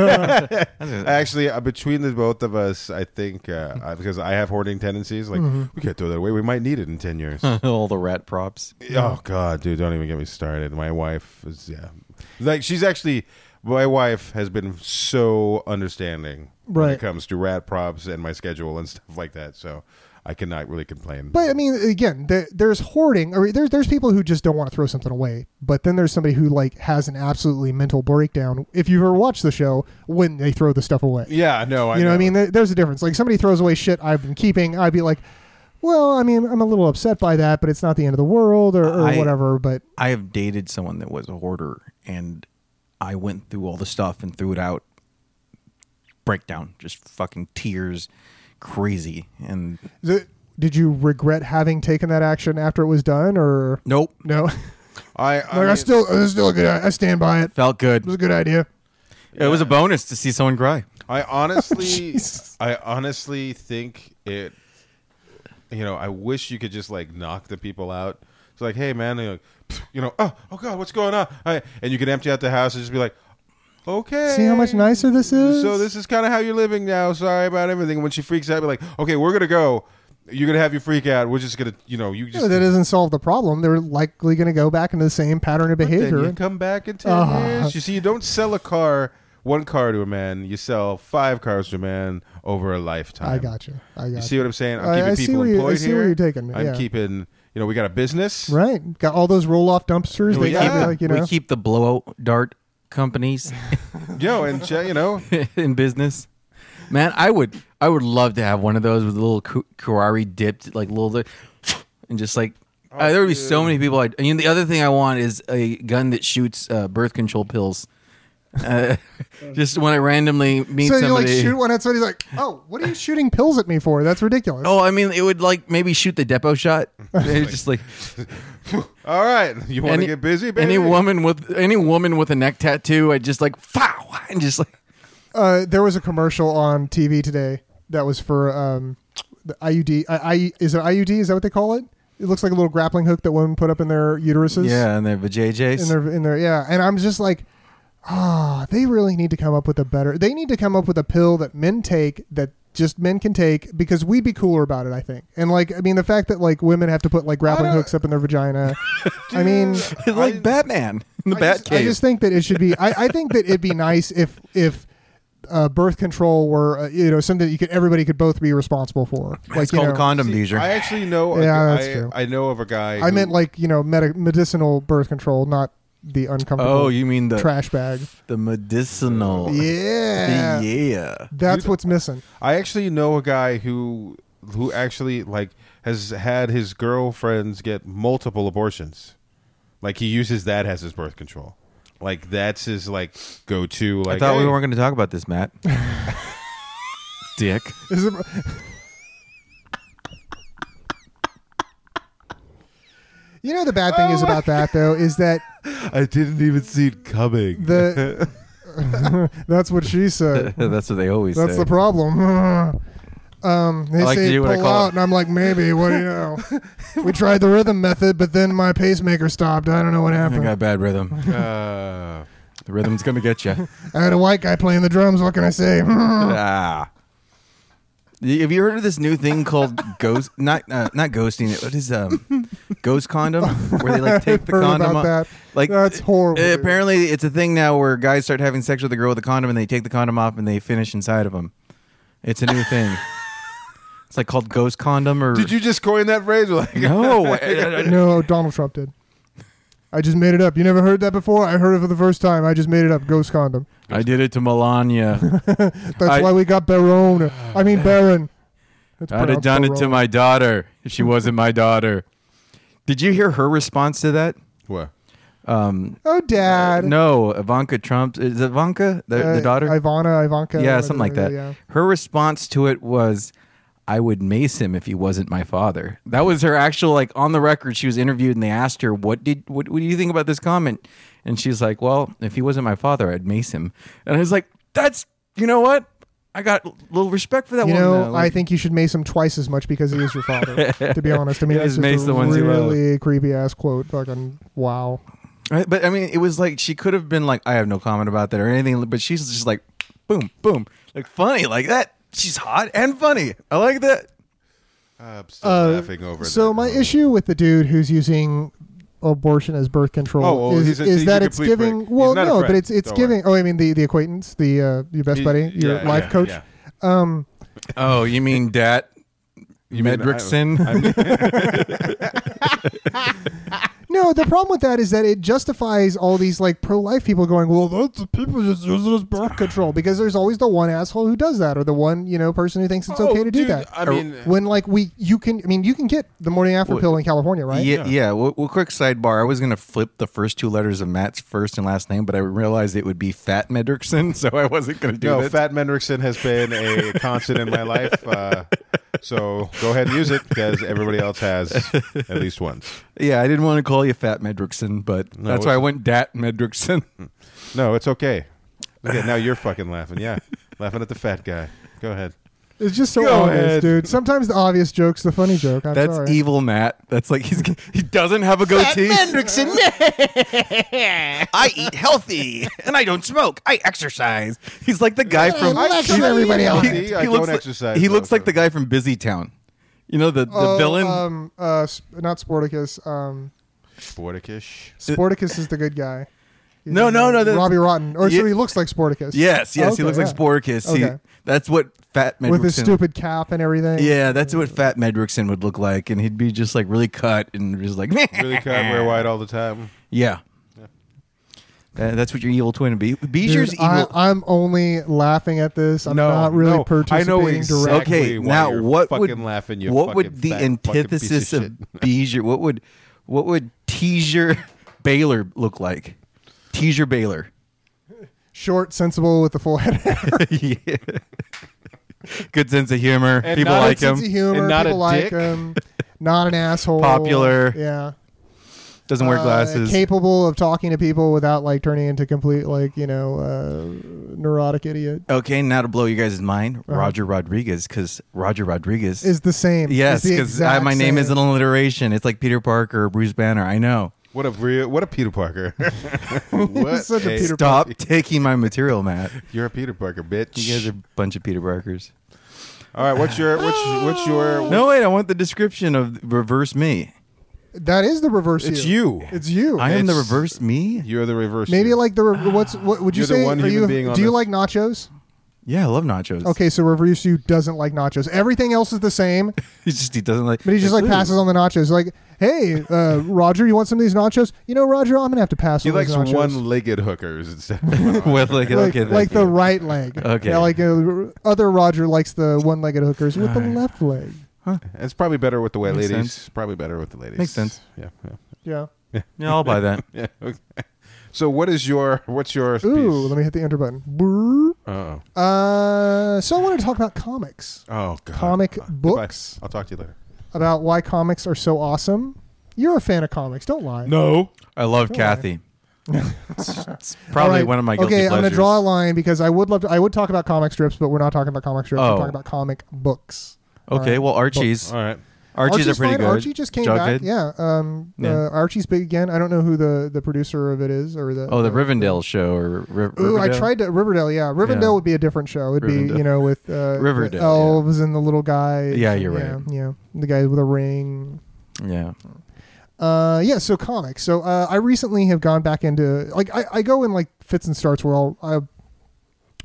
*laughs* Actually, uh, between the both of us, I think uh, I- because I have hoarding tendencies. Like
Mm-hmm.
we can't throw that away. We might need it in ten years.
*laughs* all the rat props.
Oh God, dude, don't even get me started. My wife is yeah, like she's actually my wife has been so understanding when
Right.
it comes to rat props and my schedule and stuff like that. So I cannot really complain.
But I mean, again, there, there's hoarding, or there's there's people who just don't want to throw something away. But then there's somebody who like has an absolutely mental breakdown. If you've ever watched the show, when they throw the stuff away,
yeah, no, I
you know, what I mean, There- there's a difference. Like somebody throws away shit I've been keeping, I'd be like, well, I mean, I'm a little upset by that, but it's not the end of the world or, or
I-
whatever. But
I have dated someone that was a hoarder, and I went through all the stuff and threw it out. Breakdown, just fucking tears, crazy, and
th- did you regret having taken that action after it was done, or
nope,
no?
I
*laughs* like I still, it's still a good. I stand by it. It
felt good.
was a good idea.
It was a bonus to see someone cry.
I
*laughs*
honestly,
Jesus.
I honestly think it. You know, I wish you could just like knock the people out. It's like, hey man, you know, "Pfft," you know, oh, oh god, what's going on? I, and you can empty out the house and just be like, okay,
See how much nicer this is.
So this is kind of how you're living now. Sorry about everything. When she freaks out, be like, okay, we're gonna go. You're gonna have your freak out. We're just gonna, you know, you just
No, that doesn't solve the problem. They're likely going to go back into the same pattern of
Then
behavior.
you come back in ten
Ah.
years. You see, you don't sell a car, one car to a man. You sell five cars to a man over a lifetime.
I got you. I got
You
you.
see what I'm saying? I'm
I-
keeping
I see
people
where you- I
employed
see
here.
where you're taking me,
I'm
yeah.
keeping, you know, we got a business.
Right. Got all those roll off dumpsters.
We
They
keep-
got, like, you know.
We keep the blowout dart
*laughs*
companies
Yo, and che- you know,
*laughs* in business. Man, I would, I would love to have one of those with a little cu- curare dipped, like little, and just like
Oh,
uh, there would be so many people. I'd, and the other thing I want is a gun that shoots uh, birth control pills. *laughs* Uh, just when I randomly meet
so you like
somebody.
shoot one at somebody's like, oh, what are you shooting pills at me for? That's ridiculous.
oh, I mean, it would like maybe shoot the depot
*laughs*
shot. It's just like
all right, you want
any-
to get busy, baby?
Any woman with any woman with a neck tattoo, I just like *laughs* fow and just like
Uh, there was a commercial on TV today that was for um, the IUD. I, I, is it IUD? Is that what they call it? It looks like a little grappling hook that women put up in their uteruses.
yeah, and they're vajayjays.
in their in their yeah and i'm just like ah they really need to come up with a better they need to come up with a pill that men take that just men can take because we'd be cooler about it i think and like i mean the fact that like women have to put like grappling
don't-
hooks up in their
*laughs*
vagina
*laughs*
i mean
Dude,
like
I-
Batman in the
I
Batcave.
just, I just think that it should be I, I think that it'd be nice if if uh, birth control were uh, you know something that you could everybody could both be responsible for. Like
it's
you
called
know,
condom
See,
Beezer.
I actually know. A,
Yeah,
guy-
that's true.
I, know of a guy.
I
who-
meant like you know medi- medicinal birth control, not the uncomfortable
oh, you mean the
trash bag.
the medicinal?
Yeah,
yeah.
that's what's missing.
I actually know a guy who who actually like has had his girlfriends get multiple abortions. Like he uses that as his birth control. Like that's his like go to. Like
I thought we
hey,
weren't going to talk about this,
*laughs*
Matt. Dick.
Is it, you know the bad thing is
Oh
about that though is that
I didn't even see it coming.
the *laughs* that's what she said.
*laughs* That's what they always
That's
say.
the problem. *laughs* Um, they
I like to
say
do what I
pull
call
out,
it-
and I'm like, maybe. What do
*laughs*
you know? we tried the rhythm method, but then my pacemaker stopped. I don't know what
I
happened.
got bad rhythm.
*laughs*
Uh,
The rhythm's going to get you.
I had a white guy playing the drums. What can I say? *laughs*
ah. Y- Have you heard of this new thing called ghost? Not uh, not ghosting. What is um ghost
*laughs*
condom? Where they like take the
Heard
condom
about
off.
that.
Like
That's horrible,
uh,
dude.
apparently, it's a thing now where guys start having sex with a girl with a condom, and they take the condom off and they finish inside of them. It's *laughs* a new thing. it's like called ghost condom or
*laughs* did you just coin that phrase? *laughs* Like,
*laughs* no? *laughs* I- I- I-
no, Donald Trump did. I just made it up. You never heard that before? I heard it for the first time. I just made it up. Ghost condom.
I did it to *laughs* Melania.
That's
I-
why we got Barone. I mean
*sighs*
Baron. It's
I'd have
pronounced
done it to
Barone.
my daughter if she wasn't my daughter. Did you hear her response to that?
What?
Um,
Oh, Dad.
no, Ivanka Trump is it Ivanka the,
Uh,
the daughter.
Ivana, Ivanka.
yeah,
whatever,
something like that.
yeah.
Her response to it was, "I would mace him if he wasn't my father." That was her actual like on the record. She was interviewed and they asked her, "What did what, what do you think about this comment?" And she's like, "Well, if he wasn't my father, I'd mace him." And I was like, "That's you know what." I got a little respect for that
You
woman.
know,
though. Like,
I think you should mace him twice as much because he is your father. to
*laughs*
be honest, I mean,
Yeah,
that's
just mace
just a
the ones you love.
really creepy ass quote. Fucking wow.
Right, But I mean, it was like she could have been like, I have no comment about that or anything, but she's just like, boom, boom, like funny, like that. She's hot and funny. I like that.
I'm still
Uh,
laughing over.
So
that.
my issue with the dude who's using abortion as birth control
Oh, well,
is,
he's a-
is
he's
that
a
it's
complete
giving
prick. He's
well
not a
no but
friend.
it's it's
Don't worry.
giving oh i mean the the acquaintance the uh your best
He-
buddy your
yeah,
life
yeah,
coach
yeah.
um
Oh, you mean dat? You
mean
Medrickson?
no the problem with that is that it justifies all these like pro-life people going well that's the people just use it as birth control because there's always the one asshole who does that or the one you know person who thinks it's
Oh,
okay to do
dude,
that
I mean,
when like we you can i mean you can get the morning after
Well,
pill in california right
Yeah, yeah. Well, well, quick sidebar. I was gonna flip the first two letters of Matt's first and last name, but I realized it would be Fat Medrickson, *laughs* so I wasn't gonna do
no,
that.
Fat Mendrickson has been a *laughs* constant in my life. Uh, so go ahead and use it because everybody else has at least once.
yeah, I didn't want to call you Fat Medrickson, but
No,
that's why I went dat Medrickson.
*laughs* No, it's okay. Okay, now you're fucking laughing. Yeah, laughing at the fat guy. Go ahead.
it's just so
Go
obvious
ahead.
dude sometimes the obvious joke's the funny joke I'm
That's
sorry.
evil, Matt. That's like he's he doesn't have a goatee.
Hendrickson.
*laughs* I eat healthy and I don't smoke. I exercise. He's like the guy from.
I like
he-
him, everybody else.
See, I don't
like,
exercise.
He
though,
looks like
so-
the guy from Busy Town. You know the the
Oh,
villain.
Um, uh, Sp- not Sporticus. Um,
Sportikish.
Sporticus is the good guy. He's
No,
in
no,
the-
no, that's-
Robbie Rotten, or so
Yeah.
he looks like Sporticus.
yes, yes. he
Okay,
looks
yeah.
like Sporicus. He,
Okay.
That's what Fat Medrickson.
with his stupid cap and everything.
Yeah, that's what Fat Medrickson would look like, and he'd be just like really cut and just like
*laughs* Really cut, wear white all the time.
*laughs* Yeah. Uh, that's what your evil twin would be. Beezer's
Dude,
evil.
I, I'm only laughing at this. I'm
No,
not really
no, I
participating
know exactly-
directly.
okay,
why
now
you're
what
fucking
would
laughing, you
what would
fucking
the
fat fucking piece of
antithesis of,
*laughs*
Beezer? What would what would Teaser Baylor look like? Teaser
*laughs*
Baylor. *laughs*
Short, sensible, with the full head.
yeah. Good sense of humor.
And
People
not a
like him.
Sense of humor.
And not a
people like
dick.
him. Not an asshole.
Popular.
Yeah.
Doesn't wear
Uh,
glasses.
capable of talking to people without like turning into complete like you know uh, neurotic idiot.
okay, now to blow you guys' mind, Roger Rodriguez, because Roger Rodriguez.
Uh-huh. Is the same.
yes,
Is the
because
exact
my name
same.
is an alliteration. It's like Peter Parker or Bruce Banner. I know.
What a real, what a
*laughs*
Peter Parker. what
such a Peter-
Stop taking my material, Matt.
You're a Peter Parker, bitch.
You guys are a bunch of Peter Parkers.
All right, what's your what's what's your
No, wait, I want the description of reverse me.
That is the reverse.
It's you.
It's you.
I am the
It's-
reverse me.
You're the reverse.
Maybe
you.
like the re- what's what would you
Ah. You're the
say?
one
are
human
you,
being on
do you
this-
like nachos?
Yeah, I love nachos.
Okay, so Reversu doesn't like nachos. Everything else is the same,
*laughs* he just he doesn't like.
but
*laughs*
he just like
"Ooh."
passes on the nachos. Like, hey, uh, Roger, you want some of these nachos? You know, Roger, I'm gonna have to pass
He
on
likes
those nachos.
one-legged hookers instead. Of
*laughs*
one-armed.
*laughs* with like,
like,
okay,
like
thank
the
you.
right leg.
Okay.
Yeah, like uh, other Roger likes the one-legged hookers with the left leg.
it's probably better with the white
Makes
ladies.
sense.
Probably better with the ladies.
Makes sense.
Yeah. yeah.
Yeah.
yeah, I'll buy that.
Yeah. Okay. So what is your what's your
Ooh, let me hit the enter button. Brrr.
Oh.
Uh, so I wanted to talk about comics,
Oh god.
comic
Goodbye.
books,
I'll talk to you later.
about why comics are so awesome. You're a fan of comics, don't lie.
No.
I
*laughs*
love Kathy. it's, it's probably
All right.
one of my guilty
okay. I'm
pleasures.
gonna draw a line because I would love to. I would talk about comic strips, but we're not talking about comic strips.
Oh.
We're talking about comic books.
okay,
All right.
well, Archie's.
All right.
Archie's, are
Archie's
pretty
fine.
good.
Archie just came back.
Jughead?
Yeah. Um.
Yeah.
uh, Archie's big again. I don't know who the the producer of it is or the.
Oh, the Rivendell show or Ri-
Ooh, I
Riverdale?
tried to Riverdale. Yeah, Riverdale
Yeah.
would be a different show. It'd
Rivendell.
be you know with uh,
Riverdale,
the
yeah.
elves and the little guy.
Yeah, you're
yeah,
right.
Yeah, the guy with a ring.
Yeah.
Uh, yeah. So comics. So uh, I recently have gone back into like I, I go in like fits and starts where I'll I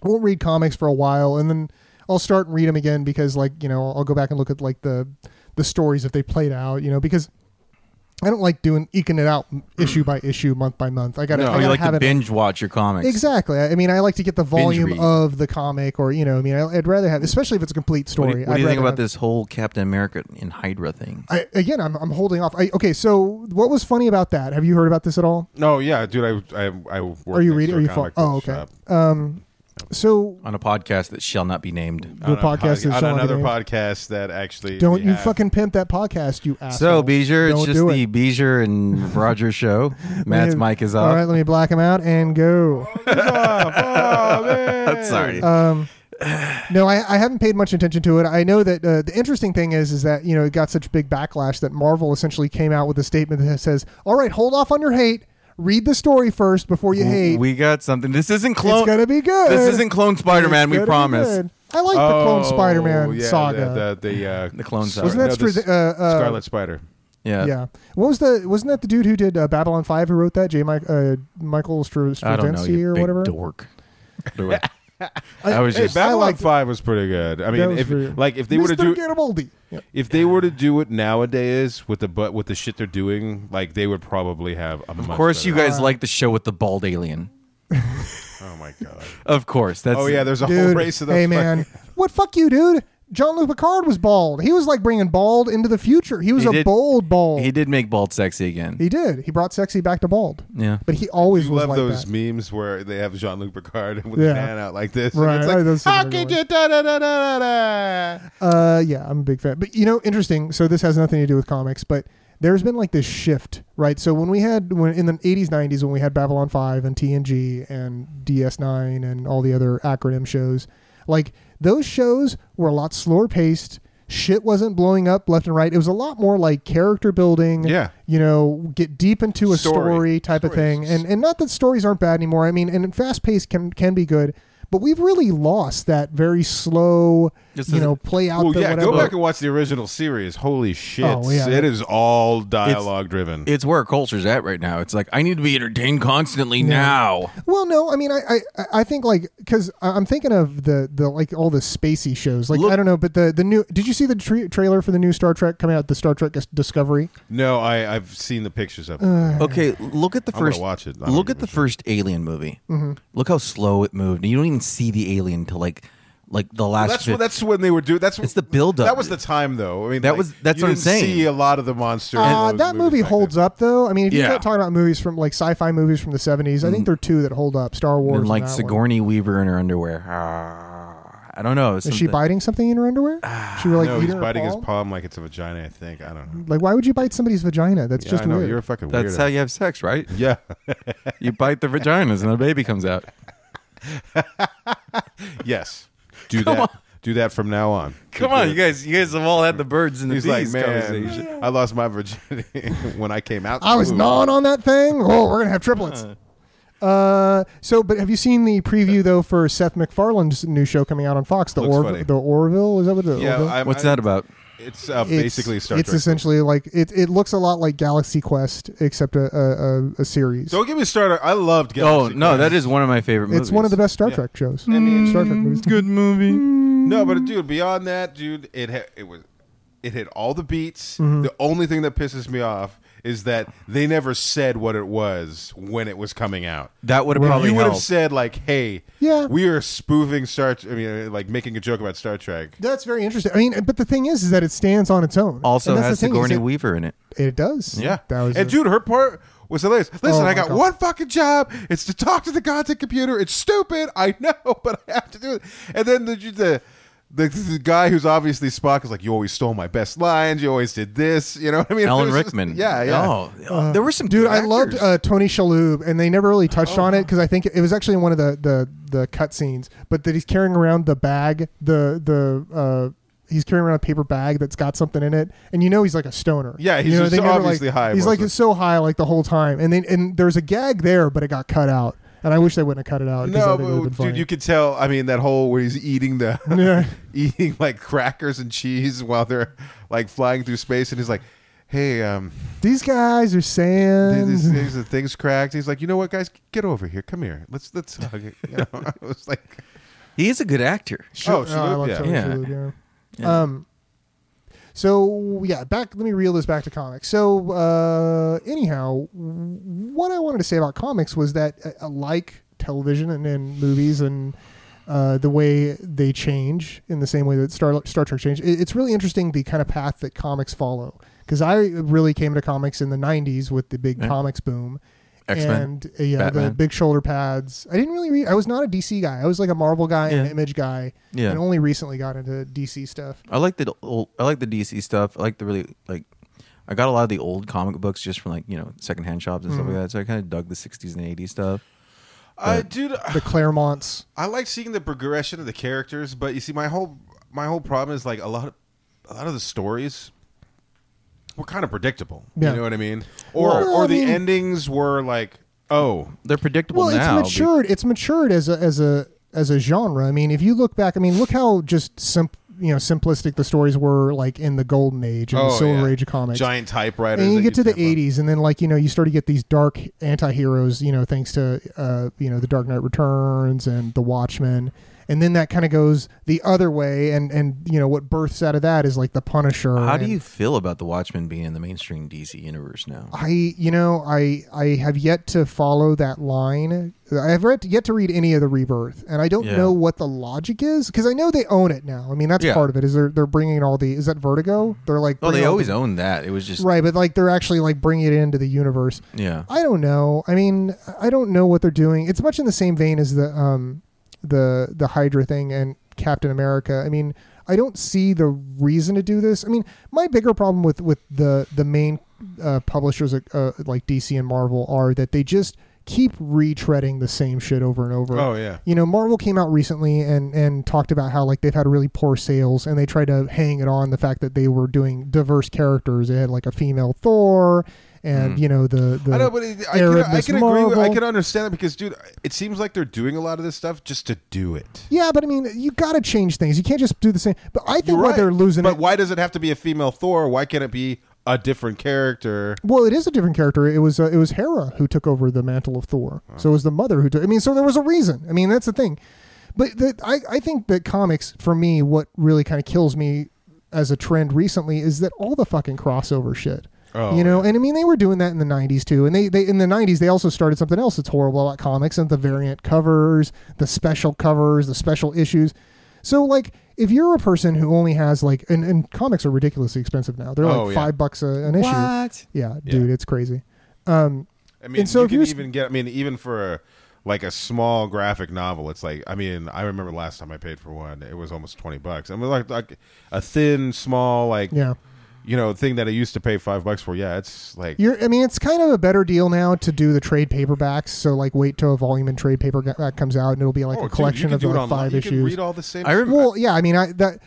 won't read comics for a while and then I'll start and read them again because like you know I'll go back and look at like the the stories if they played out you know because. I don't like doing eking it out issue by issue, month by month. I gotta,
Oh,
I
No,
gotta
Hmm. you like
have
to
it
binge watch your comics.
Exactly. I I mean, I like to get the volume
read.
of the comic, or you know, I mean, I- I'd rather have, especially if it's a complete
What
story.
do you, what do you
I'd
think
rather
about
have-
this whole Captain America in Hydra thing?
I, again, I'm, I'm holding off. I, okay, so what was funny about that? Have you heard about this at all?
No, yeah, dude, I I I work
Are you
next
reading?
to
Are
a
you following?
comic book
Oh, okay.
shop.
Um, so
on a podcast that shall not be named.
the
On a pod-
podcast is
on
showing
another
today.
podcast that actually
Don't
we
you
have.
fucking pimp that podcast, you asshole.
So Beezer, it's
Don't
just
do
the
it.
Beezer
*laughs*
and Roger show. Matt's mic is
All right,
off.
let me black him out and go.
*laughs*
Oh, man.
Sorry.
Um, no, I, I haven't paid much attention to it. I know that uh, the interesting thing is, is that you know it got such big backlash that Marvel essentially came out with a statement that says, "All right, hold off on your hate. Read the story first before you hate.
we got something. This isn't
it's
clone.
gonna be good.
This isn't clone
It's
Spider-Man. We
gonna be
promise.
good. I like the
Oh,
Clone Spider-Man
yeah,
saga.
The the, the, uh,
The clone saga.
sorry,
Wasn't that
no,
Str-
this-
uh, uh,
Scarlet Spider?
Yeah.
Yeah. What was the? Wasn't that the dude who did uh, Babylon Five who wrote that? J. Mike, uh, Michael Str-
I don't know.
Straczynski
You
or
big
whatever.
dork. *laughs* Dork. I was
Hey,
just.
Babylon
liked-
Five was pretty good. I
That
mean,
was
if
pretty-
like if they were to
Mr.
do
Garibaldi. Yeah.
if they were to do it nowadays with the but with the shit they're doing, like they would probably have. A
Of course, you
Uh,
guys like the show with the bald alien.
Oh
*laughs*
my god.
Of course. That's.
Oh yeah, there's a
*laughs*
whole
dude.
race of those.
hey
*laughs*
man, what fuck you, dude? John Luke Picard was bald. He was like bringing bald into the future. He was
He
a
did-
bold bald.
He
He,
did make bald sexy again.
did. He brought sexy back to bald.
yeah.
But he always
You
was
love
like
those
that.
memes where they have Jean Luc Picard *laughs* with
Yeah.
his hand out like this.
Right,
And it's
I-
like,
those are
How
the
could
good
you da da da da da da?
Uh, yeah, I'm a big fan. But you know, interesting. So this has nothing to do with comics, but there's been like this shift, right? So when we had when in the 80s, 90s, when we had Babylon 5 and TNG and DS9 and all the other acronym shows, like those shows were a lot slower paced. Shit wasn't blowing up left and right. It was a lot more like character building.
Yeah.
you know, get deep into a story,
Story.
type of thing.
Stories.
And and not that stories aren't bad anymore. I mean, and fast paced can can be good, but we've really lost that very slow,
This
you
is-
know, play out
Well,
the
yeah,
whatever.
go back and watch the original series. Holy shit.
Oh, yeah.
It is all dialogue driven.
It's where culture's at right now. It's like I need to be entertained constantly now.
Well, no, I mean, I, I, I think like because I'm thinking of the the like all the spacey shows. Like
Look-
I don't know, but the the new. Did you see the tra- trailer for the new Star Trek coming out? The Star Trek Dis- Discovery.
no, I, I've seen the pictures of it.
Uh,
Okay, look at the
I'm going
first.
to watch it. I don't
Look at
give a
the
shit. Mm-hmm.
first Alien movie. Look how slow it moved. You don't even see the alien till like, like the last.
That's,
fif-
what- that's when they were doing. That's
It's the build-up.
That was the time, though. I mean,
That
like,
was- that's
you
what I'm
didn't
saying.
See a lot of the monster.
Uh, that movie holds up though. I mean, if you
Yeah.
start talking about movies from like sci-fi movies from the 70s, I think there are two that hold up: Star Wars
and like
that one.
Sigourney Weaver in her underwear. Ah, I don't know.
Is she biting something in her underwear? She were like
*sighs* no,
eating
he's
her
biting his
palm?
palm like it's a vagina. I think. I don't know.
Like, why would you bite somebody's vagina? That's
Yeah,
just
I know.
weird.
You're a fucking
That's
weirdo.
how you have sex, right?
*laughs* yeah. *laughs*
You bite the vaginas and the baby comes *laughs* out.
yes. Do
Come
that.
on.
Do that from now on.
Come on, you guys. You guys have all had the birds and the
He's like,
bees
man,
conversation.
I lost my virginity *laughs* when I came out.
I was
Ooh.
gnawing on that thing. Oh, we're gonna have triplets. Uh, so, but have you seen the preview though for Seth MacFarlane's new show coming out on Fox, the
Looks
Orv-
funny.
the Orville? Is that what the
Yeah,
Orville?
I'm-
What's
I-
that about?
It's uh,
It's-
basically Star
it's
Trek.
essentially like it, it looks a lot like Galaxy Quest except a a, a, a series.
Don't give me starter. I loved
Oh
Galaxy
no,
Quest.
that is one of my favorite movies.
it's one of the best Star
Yeah.
Trek shows.
I mean-
Star Trek movies.
good movie.
No, but dude, beyond that, dude, it ha- it was it hit all the beats.
Mm-hmm.
The only thing that pisses me off is that they never said what it was when it was coming out.
That would have
If
probably
you would have
helped.
said like, "Hey,
Yeah.
we are spoofing Star. I mean, like making a joke about Star Trek."
That's very interesting. I mean, but the thing is, is that it stands on its own.
also
And that's
has
the thing, is
Sigourney
it-
Weaver
*laughs*
in it.
It does.
Yeah,
That was
and
a-
dude, her part was hilarious. Listen,
Oh,
I
my
got
God.
one fucking job. It's to talk to the content computer. It's stupid. I know, *laughs* but I have to do it. And then the the the, the guy who's obviously Spock is like, "You always stole my best lines. You always did this." You know what I mean?
Alan
It was just-
Rickman.
yeah, yeah.
Oh, oh, there were some
Uh, Dude,
good
I loved
actors.
uh, Tony Shalhoub, and they never really touched
Oh,
on it because I think it was actually one of the the the cut scenes. But that he's carrying around the bag, the the uh, he's carrying around a paper bag that's got something in it, and you know he's like a stoner.
Yeah, he's
you know,
just
they
obviously
like,
high
He's like
mostly.
so high like the whole time, and then and there's a gag there, but it got cut out, and I wish they wouldn't have cut it out. 'cause I
No,
think it would've
but,
been
dude,
funny.
you could tell. I mean, that whole where he's eating the
*laughs* Yeah.
*laughs* eating like crackers and cheese while they're like flying through space, and he's like, "Hey, um."
These guys are
Th-
saying
these things, the things cracked. He's like, you know what, guys, get over here. Come here. Let's
*laughs*
let's hug it. You know, *laughs* I was like,
he is a good actor.
*laughs*
oh,
Oh, I
Shalhoub,
love
yeah.
Tony
Yeah.
Shalhoub, yeah.
Yeah.
Um. So yeah, back. Let me reel this back to comics. So uh, anyhow, what I wanted to say about comics was that uh, uh, like television and, and movies and uh, the way they change in the same way that Star, Star Trek changed, it, it's really interesting the kind of path that comics follow. Because I really came to comics in the '90s with the big
Yeah.
comics boom.
X-Men,
and uh, yeah, the
Batman.
big shoulder pads. I didn't really read. I was not a DC guy. I was like a Marvel guy and
Yeah.
an Image guy
Yeah.
and only recently got into
*sighs*
DC stuff.
I like the old, I like the DC stuff. I like the really like. I got a lot of the old comic books just from like you know secondhand shops and
Mm.
stuff like that. So I kind of dug the '60s and '80s stuff.
I Uh, dude,
The Claremonts.
I like seeing the progression of the characters, but you see, my whole my whole problem is like a lot of a lot of the stories were kind of predictable.
Yeah.
You know what I mean? Or
Well,
or
I
the
mean-
endings were like, oh,
They're predictable
Well,
now.
it's matured. It's matured as a as a as a genre. I mean, if you look back, I mean, look how just simp you know simplistic the stories were like in the golden age and
oh
the silver
yeah.
age of comics.
giant typewriters.
and you
that
get to the
type on.
80s and then like you know you start to get these dark anti-heroes you know thanks to uh, you know the dark knight returns and the watchmen and then that kind of goes the other way and and you know what births out of that is like the punisher
How do
and-
you feel about the Watchmen being in the mainstream DC universe now?
Um, I you know I I have yet to follow that line. I have read, yet to read any of the rebirth, and I don't
Yeah.
know what the logic is because I know they own it now. I mean that's
Yeah.
part of it is they're they're bringing all the is that Vertigo? They're like
Oh, they
bringing all
always
the-
owned that. It was just
right, but like they're actually like bringing it into the universe.
yeah.
I don't know. I mean I don't know what they're doing. It's much in the same vein as the um the the Hydra thing and Captain America. I mean I don't see the reason to do this. I mean my bigger problem with with the the main uh, publishers uh, uh, like DC and Marvel are that they just keep retreading the same shit over and over.
Oh yeah.
You know, Marvel came out recently and and talked about how like they've had really poor sales, and they tried to hang it on the fact that they were doing diverse characters. They had like a female Thor, and you know the the
Hmm. I know, but it, I can,
Arab
I
Miss
can agree. With, I
Marvel.
can understand that because, dude, it seems like they're doing a lot of this stuff just to do it.
yeah, but I mean, you got to change things. You can't just do the same. But I think
You're
why
right.
they're losing
But
it.
why does it have to be a female Thor? Why can't it be a different character?
Well, it is a different character. It was uh, it was Hera who took over the mantle of Thor.
Uh-huh.
So it was the mother who took. I mean, so there was a reason. I mean, that's the thing. But the, I I think that comics for me, what really kind of kills me as a trend recently is that all the fucking crossover shit.
Oh,
you know, and I mean they were doing that in the '90s too, and they, they in the '90s they also started something else that's horrible about comics and the variant covers, the special covers, the special issues. So like, if you're a person who only has like, and, and comics are ridiculously expensive now. They're like
Oh,
five
yeah.
bucks a, an issue. Yeah, dude, it's crazy. Um,
I mean,
And so
you
if
can
you're-
even get. I mean, even for a, like a small graphic novel, it's like. I mean, I remember last time I paid for one, it was almost twenty bucks. I mean, like like a thin, small, like
yeah,
you know, thing that I used to pay five bucks for. Yeah, it's like
you're. I mean, it's kind of a better deal now to do the trade paperbacks. So like, wait till a volume in trade paperback comes out, and it'll be like
Oh,
a
dude,
collection
you can
of
do it
like
online.
five
you Can
issues.
read all the same.
I rem-
Well, yeah, I mean, I that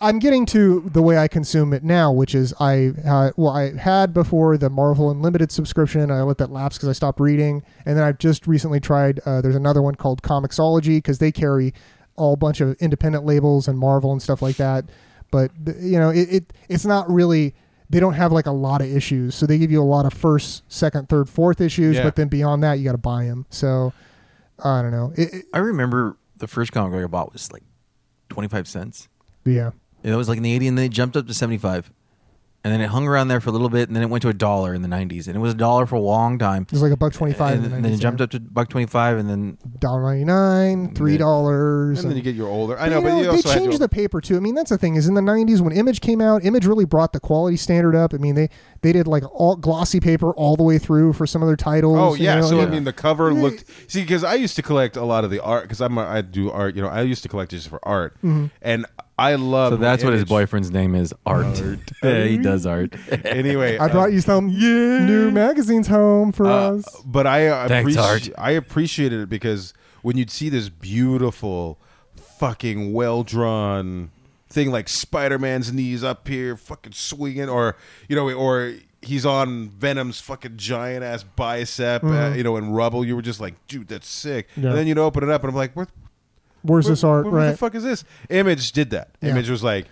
I'm getting to the way I consume it now, which is I uh, well I had before the Marvel Unlimited subscription. I let that lapse because I stopped reading, and then I've just recently tried. Uh, there's another one called Comixology because they carry all bunch of independent labels and Marvel and stuff like that. but th- you know it, it it's not really they don't have like a lot of issues so they give you a lot of first second third fourth issues
Yeah.
but then beyond that you got to buy them so i don't know it, it-
I remember the first comic book I bought was like twenty five cents.
yeah
It was like in the eighty, and then it jumped up to seventy five, and then it hung around there for a little bit, and then it went to a dollar in the nineties, and it was a dollar for a long time.
it was like a buck 25
and, then it jumped up to buck twenty five, and then
dollar 99 three dollars
and then you get your older. I
But,
know, but
you
you
know,
also
they changed
had to,
the paper too. I mean, that's the thing is in the '90s when Image came out, Image really brought the quality standard up. I mean, they they did like all glossy paper all the way through for some of their titles.
Oh
you
yeah,
know,
so I
and-
mean the cover looked see because I used to collect a lot of the art because I'm a, I do art you know I used to collect just for art
Mm-hmm.
and I love
so that's what his
boyfriend.
boyfriend's name is, Art. *laughs* yeah, he does
*laughs*
art.
anyway,
I
uh,
brought you some new magazines home for
uh,
us.
but I uh,
Thanks,
appreci-
Art.
I appreciated it because when you'd see this beautiful, fucking well drawn thing like Spider Man's knees up here, fucking swinging, or you know, or he's on Venom's fucking giant ass bicep, uh, you know, in rubble. You were just like, dude, that's sick.
Mm-hmm. Yeah.
And then you'd open it up, and I'm like, what?
Where's
Where-
this art?
where- What
right.
the fuck is this? Image did that.
Yeah. Mm-hmm.
Image was like,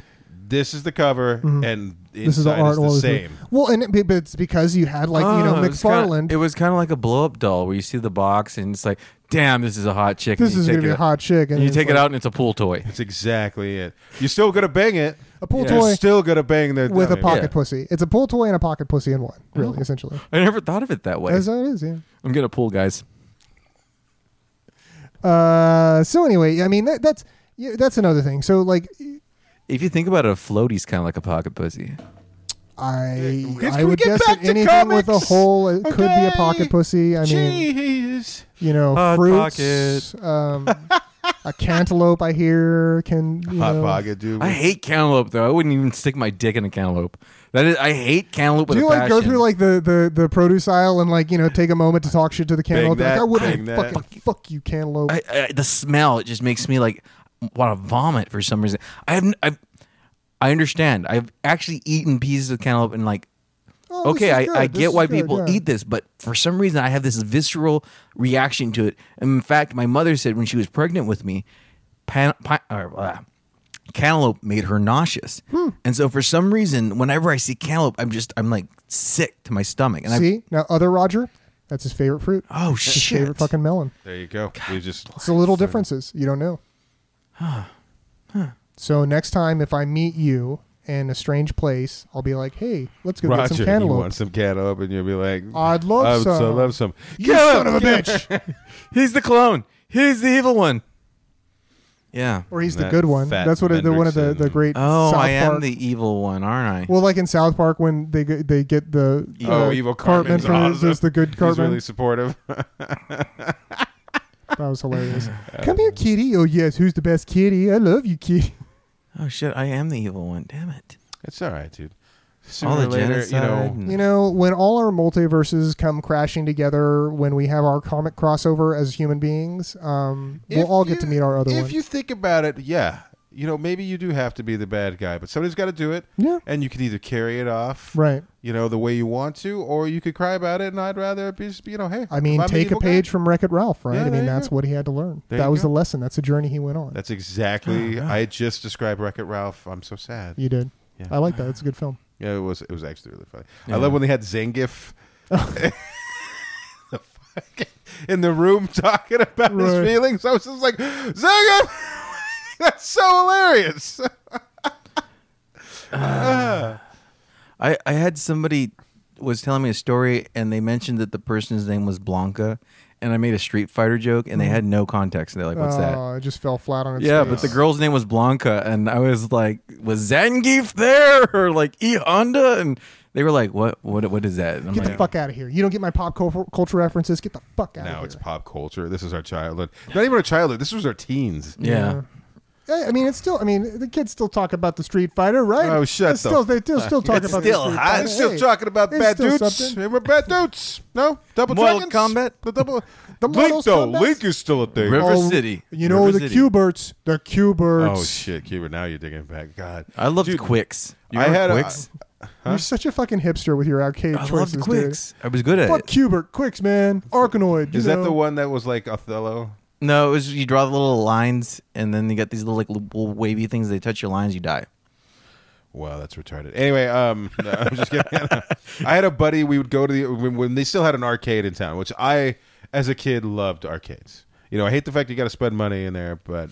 this is the cover, and
this is the art. all
is the
this-
same. Ah,
Well, and it, but it's because you had like you know
Oh, it was
McFarland.
kinda- It was kind of like a blow up doll where you see the box and it's like, damn, this is a hot chick. and
this
you
is
take
gonna be
it-
a hot chick, and
and you
it's
take it
like
out and it's a pool toy.
That's exactly it. You're still gonna bang it.
A pool
You're
toy
still gonna bang the
with
I
a
mean,
pocket
Yeah.
pussy. It's a pool toy and a pocket pussy in one,
Oh.
really, essentially.
I never thought of it that way.
That's how it is. Yeah.
I'm gonna pool, guys.
Uh, so anyway, I mean that, that's yeah, that's another thing. So like,
If you think about it, a floaty's kind of like a pocket pussy.
I
Can
I
we
would
get
guess
back
that
to
anything with a
comics?
hole it could be a
Okay.
pocket pussy. I mean,
Jeez.
you know,
Hot
fruits.
*laughs*
Um, a cantaloupe, I hear, can you
Hot
know,
pocket, dude.
I hate cantaloupe though. I wouldn't even stick my dick in a cantaloupe. That is, I hate cantaloupe.
Do
with
you
a
like go
passion.
through like the, the the produce aisle and like you know take a moment to talk shit to the cantaloupe?
that,
like I wouldn't
bang that.
fucking fuck you cantaloupe.
I, I, the smell? It just makes me like want to vomit for some reason. I have I I understand. I've actually eaten pieces of cantaloupe and like.
Oh, this
okay,
is
I,
good.
I
This
get
is
why
good,
people
yeah.
eat this, but for some reason I have this visceral reaction to it. In fact, my mother said when she was pregnant with me, pan, pi- or, uh, cantaloupe made her nauseous,
Hmm.
and so for some reason, whenever I see cantaloupe, I'm just I'm like sick to my stomach. And
See now, other Roger, that's his favorite fruit.
I oh
His
shit,
favorite fucking melon.
There you go. You just
It's the little differences. You don't know. So next time, if I meet you in a strange place, I'll be like, "Hey, let's go
Roger.
get some
you
cantaloupe."
want some cantaloupe, and you'll be like,
I'd love
I would
some.
So love some.
you son of a
*laughs*
bitch!
he's the clone, he's the evil one. Yeah.
Or he's the
That
good one.
fat
That's what the, one of the, the
Mendrickson.
great.
Oh,
South
I am
Park.
the evil one, aren't I?
Well, like in South Park when they get, they get the
Oh,
uh,
evil
Cartman
Cartman's awesome.
is the good
*laughs* He's
Cartman.
really supportive. *laughs*
That was hilarious. Come here, kitty. Oh yes, who's the best kitty? I love you, kitty.
oh shit, I am the evil one. Damn it.
it's all right, dude. Sooner
All
or
the
later,
genocide.
you know.
and-
You know, when all our multiverses come crashing together, when we have our comic crossover as human beings, um, we'll
If
all get
you-
to meet our other
If
one.
you think about it, yeah. You know, maybe you do have to be the bad guy, but somebody's got to do it,
yeah,
and you can either carry it off,
right.
you know, the way you want to, or you could cry about it. And I'd rather be, just, you know, hey,
I mean,
if I'm an
take a
evil guy-
page from Wreck It Ralph, right?
Yeah,
I
there
mean,
you
that's
go.
what he had to learn.
There
that
you
was
go.
the lesson. That's the journey he went on.
That's
Oh,
exactly. I just described Wreck It Ralph. I'm so sad.
you did.
Yeah.
I like that. It's a good film.
Yeah, it was. It was actually really funny.
Yeah.
I love when they had
*laughs*
Zangief *laughs* The fuck- in the room talking about his
Right.
feelings. I was just like, Zangief, *laughs* that's so hilarious.
I, I had somebody was telling me a story and they mentioned that the person's name was Blanca and I made a Street Fighter joke and they had no context and they're like, What's that?
oh, it just fell flat on its
Yeah,
face.
but the girl's name was Blanca and I was like, Was Zangief there? *laughs* Or like E Honda? And they were like, What what what is that? And I'm
Get the
like,
fuck out of here. You don't get my pop cul- culture references. Get the fuck out of
now
here.
it's pop culture. This is our childhood. Not even our childhood. This was our teens.
Yeah.
Yeah, I mean, it's still. I mean, the kids still talk about the Street Fighter, right?
Oh, shut
It's
the
still, they still still talk
It's
about
still
the Street
hot.
Fighter.
I'm still
Hey,
talking about
it's
bad
still
dudes.
something.
Remember bad dudes? No, double
Mortal
dragons.
Kombat?
The double.
The Mortal
Link though.
Kombat?
Link is still a thing.
River
Oh,
City.
You know
River
the
City.
Q-Birds. The Q-Birds.
Oh shit, Cuba! Now you're digging back. God,
I loved
Dude,
Quicks. You
I
remember
had a-
Quicks?
You're such a fucking hipster with your arcade
I
choices,
loved
dude.
Quicks. I was good at
Fuck
it.
Cubert, Quicks, man, Arkanoid. you
Is that
know.
the one that was like Othello?
No, it was you draw the little lines and then you got these little like little wavy things. They touch your lines, you die.
Wow, that's retarded. Anyway, um, *laughs* no, I'm just kidding. I had a buddy. We would go to the when, when they still had an arcade in town, which I, as a kid, loved arcades. You know, I hate the fact you got to spend money in there, but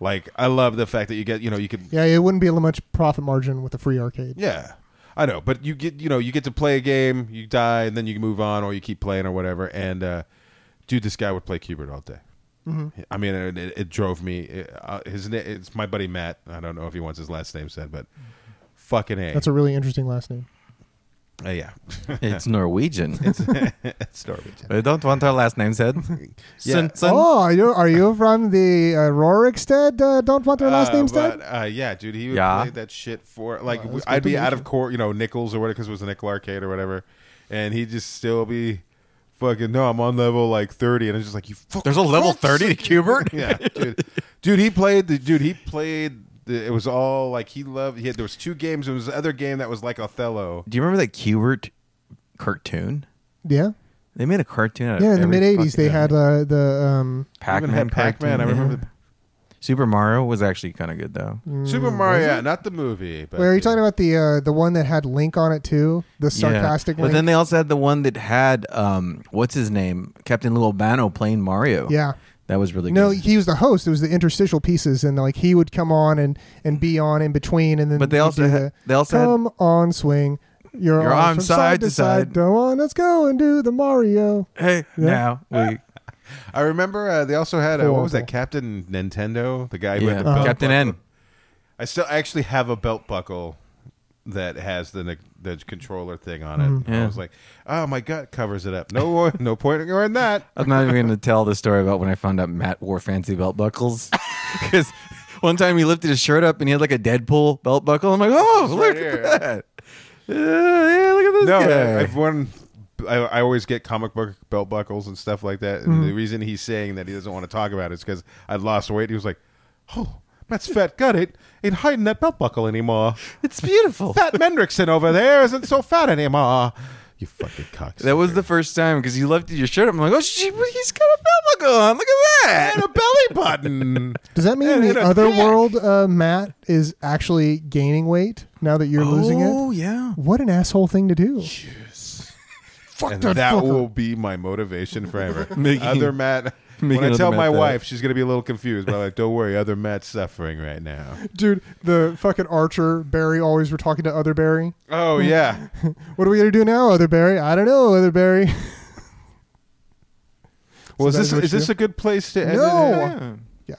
like I love the fact that you get you know you could
Yeah, it wouldn't be a much profit margin with a free arcade.
yeah. I know, but you get you know you get to play a game, you die, and then you move on, or you keep playing, or whatever. And uh, dude, this guy would play Cubert all day. I mean, it, it, it drove me. It, uh, his na- it's my buddy Matt. I don't know if he wants his last name said, but fucking a.
That's a really interesting last name.
Uh, yeah, *laughs*
*laughs* It's Norwegian.
it's Norwegian.
I don't want our last name said. Svensson.
Oh, are you are you from the uh, Rorikstead? Uh, don't want their last names
uh,
dead.
but, uh, yeah, dude, he would
Yeah.
play that shit for like
that's good
I'd
to
be
meet
out of
you.
court, you know, nickels or whatever, because it was a nickel arcade or whatever, and he'd just still be fucking. No, I'm on level like thirty, and I'm just like, you fucking.
There's a level 30 to Cubert?
*laughs* yeah, dude. dude, he played the dude. He played. The, it was all like he loved. He had there was two games. There was the other game that was like Othello.
Do you remember that Cubert cartoon?
Yeah,
They made a cartoon out of
yeah. In the
every
mid '80s, they
fucking-
had uh, the um,
Pac-Man.
Even had Pac-Man, I
cartoon,
remember
yeah. Super Mario was actually kind of good though.
Super Mario, yeah, not the movie. But
Wait, are you
the-
talking about the uh, the one that had Link on it too? The sarcastic
Yeah.
Link.
But then they also had the one that had um, what's his name, Captain Lou Albano playing Mario.
yeah.
that was really
No,
good.
he was the host. It was the interstitial pieces, and like he would come on and and be on in between, and then.
But they
he'd
also
do
had-
the,
they also had-
come on swing. Your,
Your
arms
arms
from
side to side.
Go on, let's go and do the Mario.
hey, now we
I remember uh, they also had uh, what was
Horrible.
that Captain Nintendo, the guy who
yeah.
had the belt
Captain N.
buckle. I still actually have a belt buckle that has the nic- the controller thing on it. And I
Mm-hmm. Yeah.
was like, oh my god, covers it up. No, *laughs* no point in ignoring that.
I'm not even going to tell the story about when I found out Matt wore fancy belt
*laughs*
buckles because one time he lifted his shirt up and he had like a Deadpool belt buckle. I'm like, oh,
It's
look
right
at
here.
that. Uh, yeah, look at this
No,
guy.
I- I've won. I, I always get comic book belt buckles and stuff like that. And
Mm.
the reason he's saying that he doesn't want to talk about it is because I lost weight. He was like, oh. Matt's fat got it. Ain't hiding that belt buckle anymore.
it's beautiful.
Fat Mendrickson over there isn't so fat anymore. You fucking cocksucker.
That was the first time because you lifted your shirt up. I'm like, oh, she, he's got a belt buckle on. Look at that.
and a belly button.
Does that mean
And in
the
a
other
pack.
world, uh, Matt is actually gaining weight now that you're losing it?
Oh yeah.
What an asshole thing to do! *laughs* Fuck
and
that,
that,
fucker.
will be my motivation forever.
Making-
*laughs* other Matt.
making
When I
other
tell
Matt
my
that.
wife, she's gonna be a little confused. But I'm like, don't worry, other Matt's suffering right now.
dude. The fucking Archer Barry always were talking to other Barry.
*laughs* Oh yeah,
What are we gonna do now, other Barry? I don't know, other Barry. *laughs*
well, is
So that
this
is what
is this
you-
a good place to end?
No.
It?
Yeah.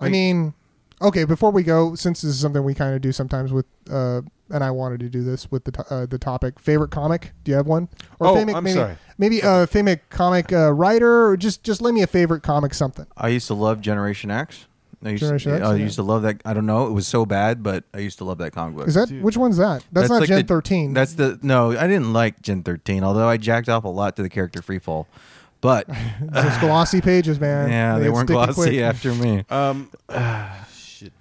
I mean, okay. Before we go, since this is something we kind of do sometimes with, uh, and I wanted to do this with the to- uh, the topic favorite comic. Do you have one?
Oh,
favorite,
I'm
maybe,
sorry.
Maybe a uh, favorite comic uh, writer, or just just lend me a favorite comic something.
I used to love Generation X. I used,
Generation X,
I
yeah.
used to love that. I don't know. It was so bad, but I used to love that comic book.
Is that which one's that? That's, not
like
Gen
the-
thirteen.
That's the no. I didn't like Gen thirteen, although I jacked off a lot to the character Freefall.
*laughs*
But
Those glossy pages, man.
yeah, they
get
weren't
sticky
glossy
quick.
after me.
Um,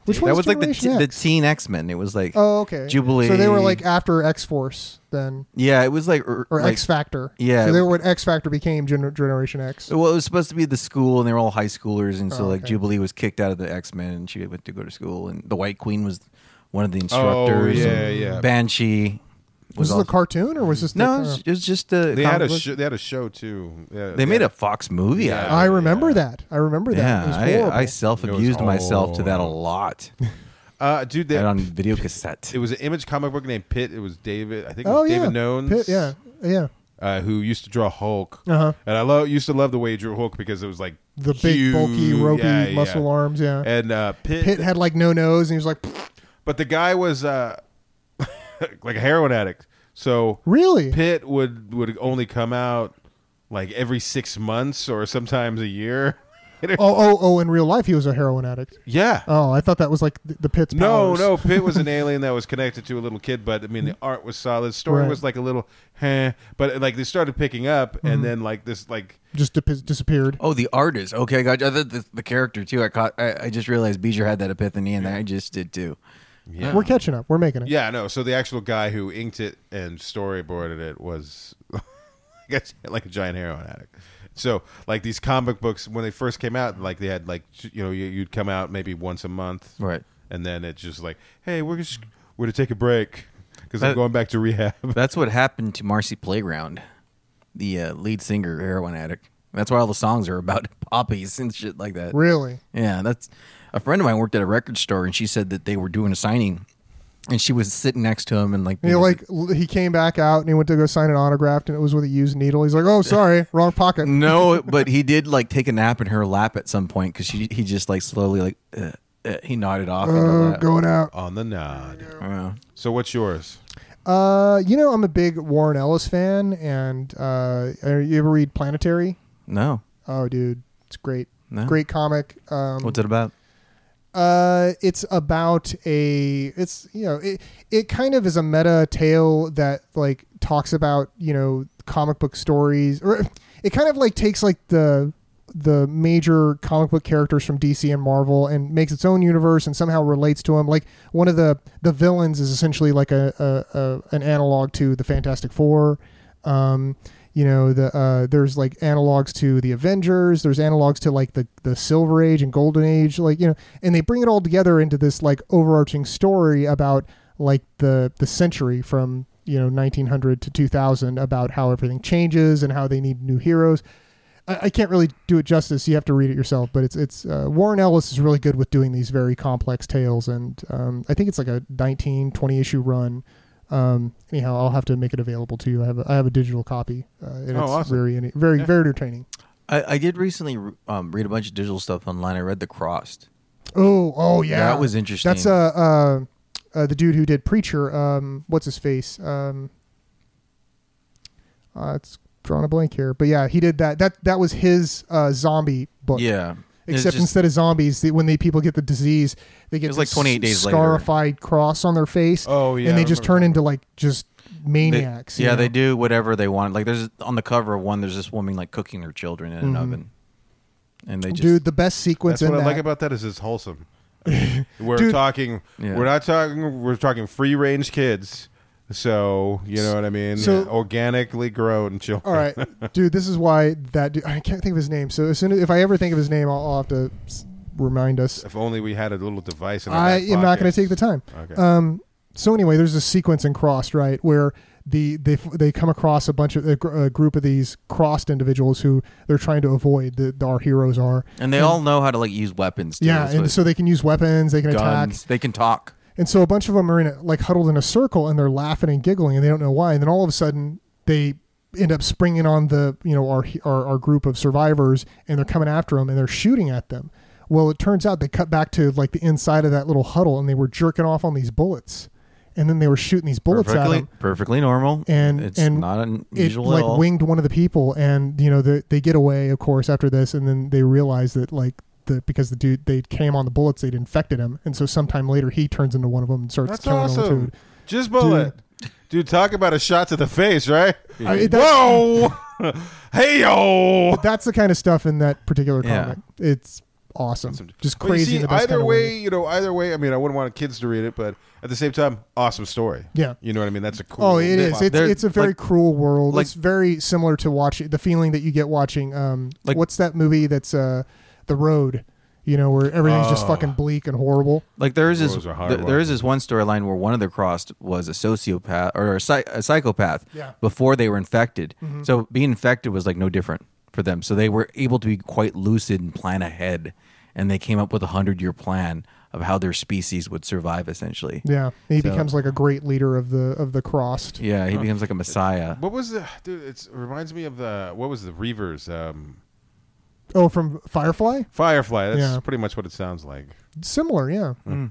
Which
that
one's
was like the,
Generation
t- the
X?
teen X Men. It was like
Oh, okay.
Jubilee.
So they were like after X Force then,
yeah, it was like or
or
like,
X Factor.
yeah.
So they were when X Factor became Gen- Generation X.
Well, it was supposed to be the school, and they were all high schoolers, and so
Oh,
like
okay.
Jubilee was kicked out of the X Men, and she went to go to school, and the White Queen was one of the
oh
instructors.
yeah,
and
yeah.
Banshee was
Was this a
also,
cartoon or was this
no,
The,
it was- it was just a.
They had a
comic book.
sh- they had a show too. Yeah,
They made a Fox movie.
Yeah.
out of it.
I remember
Yeah.
that. I remember that. it was
Yeah,
horrible.
I, I self
It
abused
was
myself to that a
horrible.
lot,
uh, dude. They,
and on video cassette.
it was an image comic book named Pitt. It was David. I think it was
oh yeah,
David Nones.
Pitt, yeah, yeah.
uh, who used to draw Hulk.
Uh-huh.
And I love used to love the way he drew Hulk because it was like
The big, bulky,
huge-
ropey
yeah, yeah.
muscle arms. Yeah.
And uh, Pitt,
Pitt had like no nose, and he was like,
but the guy was uh, *laughs* like a heroin addict. So
"Really?
Pitt would would only come out like every six months or sometimes a year. *laughs*
Oh, oh, oh! In real life, he was a heroin addict.
yeah.
Oh, I thought that was like the, the Pitt's
no,
powers.
no,
*laughs*
Pitt was an alien that was connected to a little kid, but I mean the art was solid. Story
Right.
was like a little, eh, but like they started picking up,
Mm-hmm.
and then like this, like
just di- disappeared.
Oh, the artist. Okay, I got you. I thought the, the character too. I caught. I, I just realized Beezer had that epiphany, and I just did too.
yeah,
We're catching up. We're making it.
Yeah, no. So the actual guy who inked it and storyboarded it was, *laughs* I guess, like a giant heroin addict. So like these comic books when they first came out, like they had like you know you- you'd come out maybe once a month,
Right.
And then it's just like, hey, we're just we're to take a break because I'm
That-
going back to rehab. *laughs*
That's what happened to Marcy Playground, the uh, lead singer, heroin addict. That's why all the songs are about *laughs* poppies and shit like that.
Really?
Yeah, that's a friend of mine worked at a record store, and she said that they were doing a signing, and she was sitting next to him, and like,
You know, like l- he came back out and he went to go sign an autograph and it was with a used needle. He's like, "Oh, sorry, wrong
*laughs*
*laughs*
pocket."
no, but he did like take a nap in her lap at some point because she he just like slowly like uh, uh, he nodded off. in her
Uh,
lap.
going out.
On the nod.
Yeah.
So what's yours?
Uh, you know, I'm a big Warren Ellis fan, and uh, are- you ever read Planetary?
no,
Oh, dude, it's great.
No.
Great comic. Um,
what's it about?
Uh, it's about a. It's you know, it it kind of is a meta tale that like talks about you know comic book stories, or it kind of like takes like the the major comic book characters from DC and Marvel and makes its own universe and somehow relates to them. Like one of the the villains is essentially like a, a, a an analog to the Fantastic Four. Um, you know the uh, there's like analogs to the Avengers. There's analogs to like the the Silver Age and Golden Age. Like you know, and they bring it all together into this like overarching story about like the the century from you know 1900 to 2000 about how everything changes and how they need new heroes. I, I can't really do it justice. You have to read it yourself. But it's it's uh, Warren Ellis is really good with doing these very complex tales, and um, I think it's like a 19, 20 issue run. Um, anyhow, I'll have to make it available to you. I have a, I have a digital copy, uh, and
Oh,
it's
awesome.
very ene- very
Yeah.
very entertaining.
I, I did recently um, read a bunch of digital stuff online. I read The Crossed.
Oh, oh yeah,
That was interesting.
That's uh, uh, uh the dude who did Preacher. Um, what's his face? Um, uh, it's drawn a blank here, but yeah, he did that. That that was his uh zombie book.
yeah. It's
Except
just-
instead of zombies, the, when they people get the disease, they get
It was like
this
28 days later.
scarified cross on their face,
Oh yeah.
and
I
they just
remember
turn
that.
into like just
They-
maniacs. you
yeah, they
know?
do whatever they want. Like there's on the cover of one, there's this woman like cooking her children in an
Mhm.
oven, and they just
Dude, the best sequence
That's what
in
I
that.
like about that is
*laughs*
it's wholesome. we're
Dude.
talking.
Yeah.
We're not talking. We're talking free range kids. So you know what I mean.
So-
organically grown children.
All
*laughs*
right, dude. This is why that dude, I can't think of his name. So as soon as if I ever think of his name, I'll, I'll have to s- remind us.
If only we had a little device. In our
I
back
am not going to
pocket.
take the time.
Okay.
Um, so anyway, there's this sequence in Crossed, right, where the they they come across a bunch of a, gr- a group of these crossed individuals who they're trying to avoid. The, our heroes are,
and they all know how to like use weapons. Too,
yeah,
That's
and
what-
so they can use weapons, they can attack,
guns. They can talk.
and so a bunch of them are in a, like huddled in a circle and they're laughing and giggling and they don't know why. And then all of a sudden they end up springing on the you know our our, our group of survivors and they're coming after them and they're shooting at them. Well, it turns out they cut back to like the inside of that little huddle and they were jerking off on these bullets, and then they were shooting these bullets at
perfectly,
them.
perfectly normal.
And-
it's
and
not
It
unusual at
like
all.
winged one of the people, and you know they they get away, of course, after this, and then they realize that like the because the dude they came on the bullets, they'd infected him, and so sometime later he turns into one of them and starts
That's
killing them with
awesome.
food.
Just bullet. Dude, talk about a shot to the face, right?
I mean, that's-
Whoa! *laughs* hey yo!
that's the kind of stuff in that particular
Yeah.
comic. It's awesome. Just
But you
crazy.
see,
in the best
either
kind of
way, you know, either way. I mean, I wouldn't want kids to read it, but at the same time, awesome story.
Yeah.
You know what I mean? That's a cool.
Oh, it is.
plot.
It's,
They're-
it's a very
like-
cruel world.
like-
it's very similar to watching the feeling that you get watching. Um,
Like-
what's that movie that's uh, The Road? You know, where everything's just
Oh.
fucking bleak and horrible.
Like there is this
Those are hard
th- there is
ones.
this one storyline where one of the crossed was a sociopath or a, psy- a psychopath
Yeah. Mm-hmm.
before they were infected. So being infected was like no different for them. So they were able to be quite lucid and plan ahead, and they came up with a hundred year plan of how their species would survive. Essentially,
Yeah, and he
So-
becomes like a great leader of the of the crossed.
yeah, he becomes like a messiah.
What was the dude? It's, it reminds me of the what was the Reavers? Um,
Oh, from Firefly,
Firefly. That's
Yeah.
pretty much what it sounds like.
similar. Yeah.
Mm.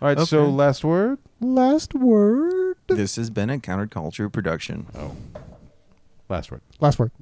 All right. So
Okay.
last word.
Last word.
This has been a counterculture production.
Oh, last word.
Last word.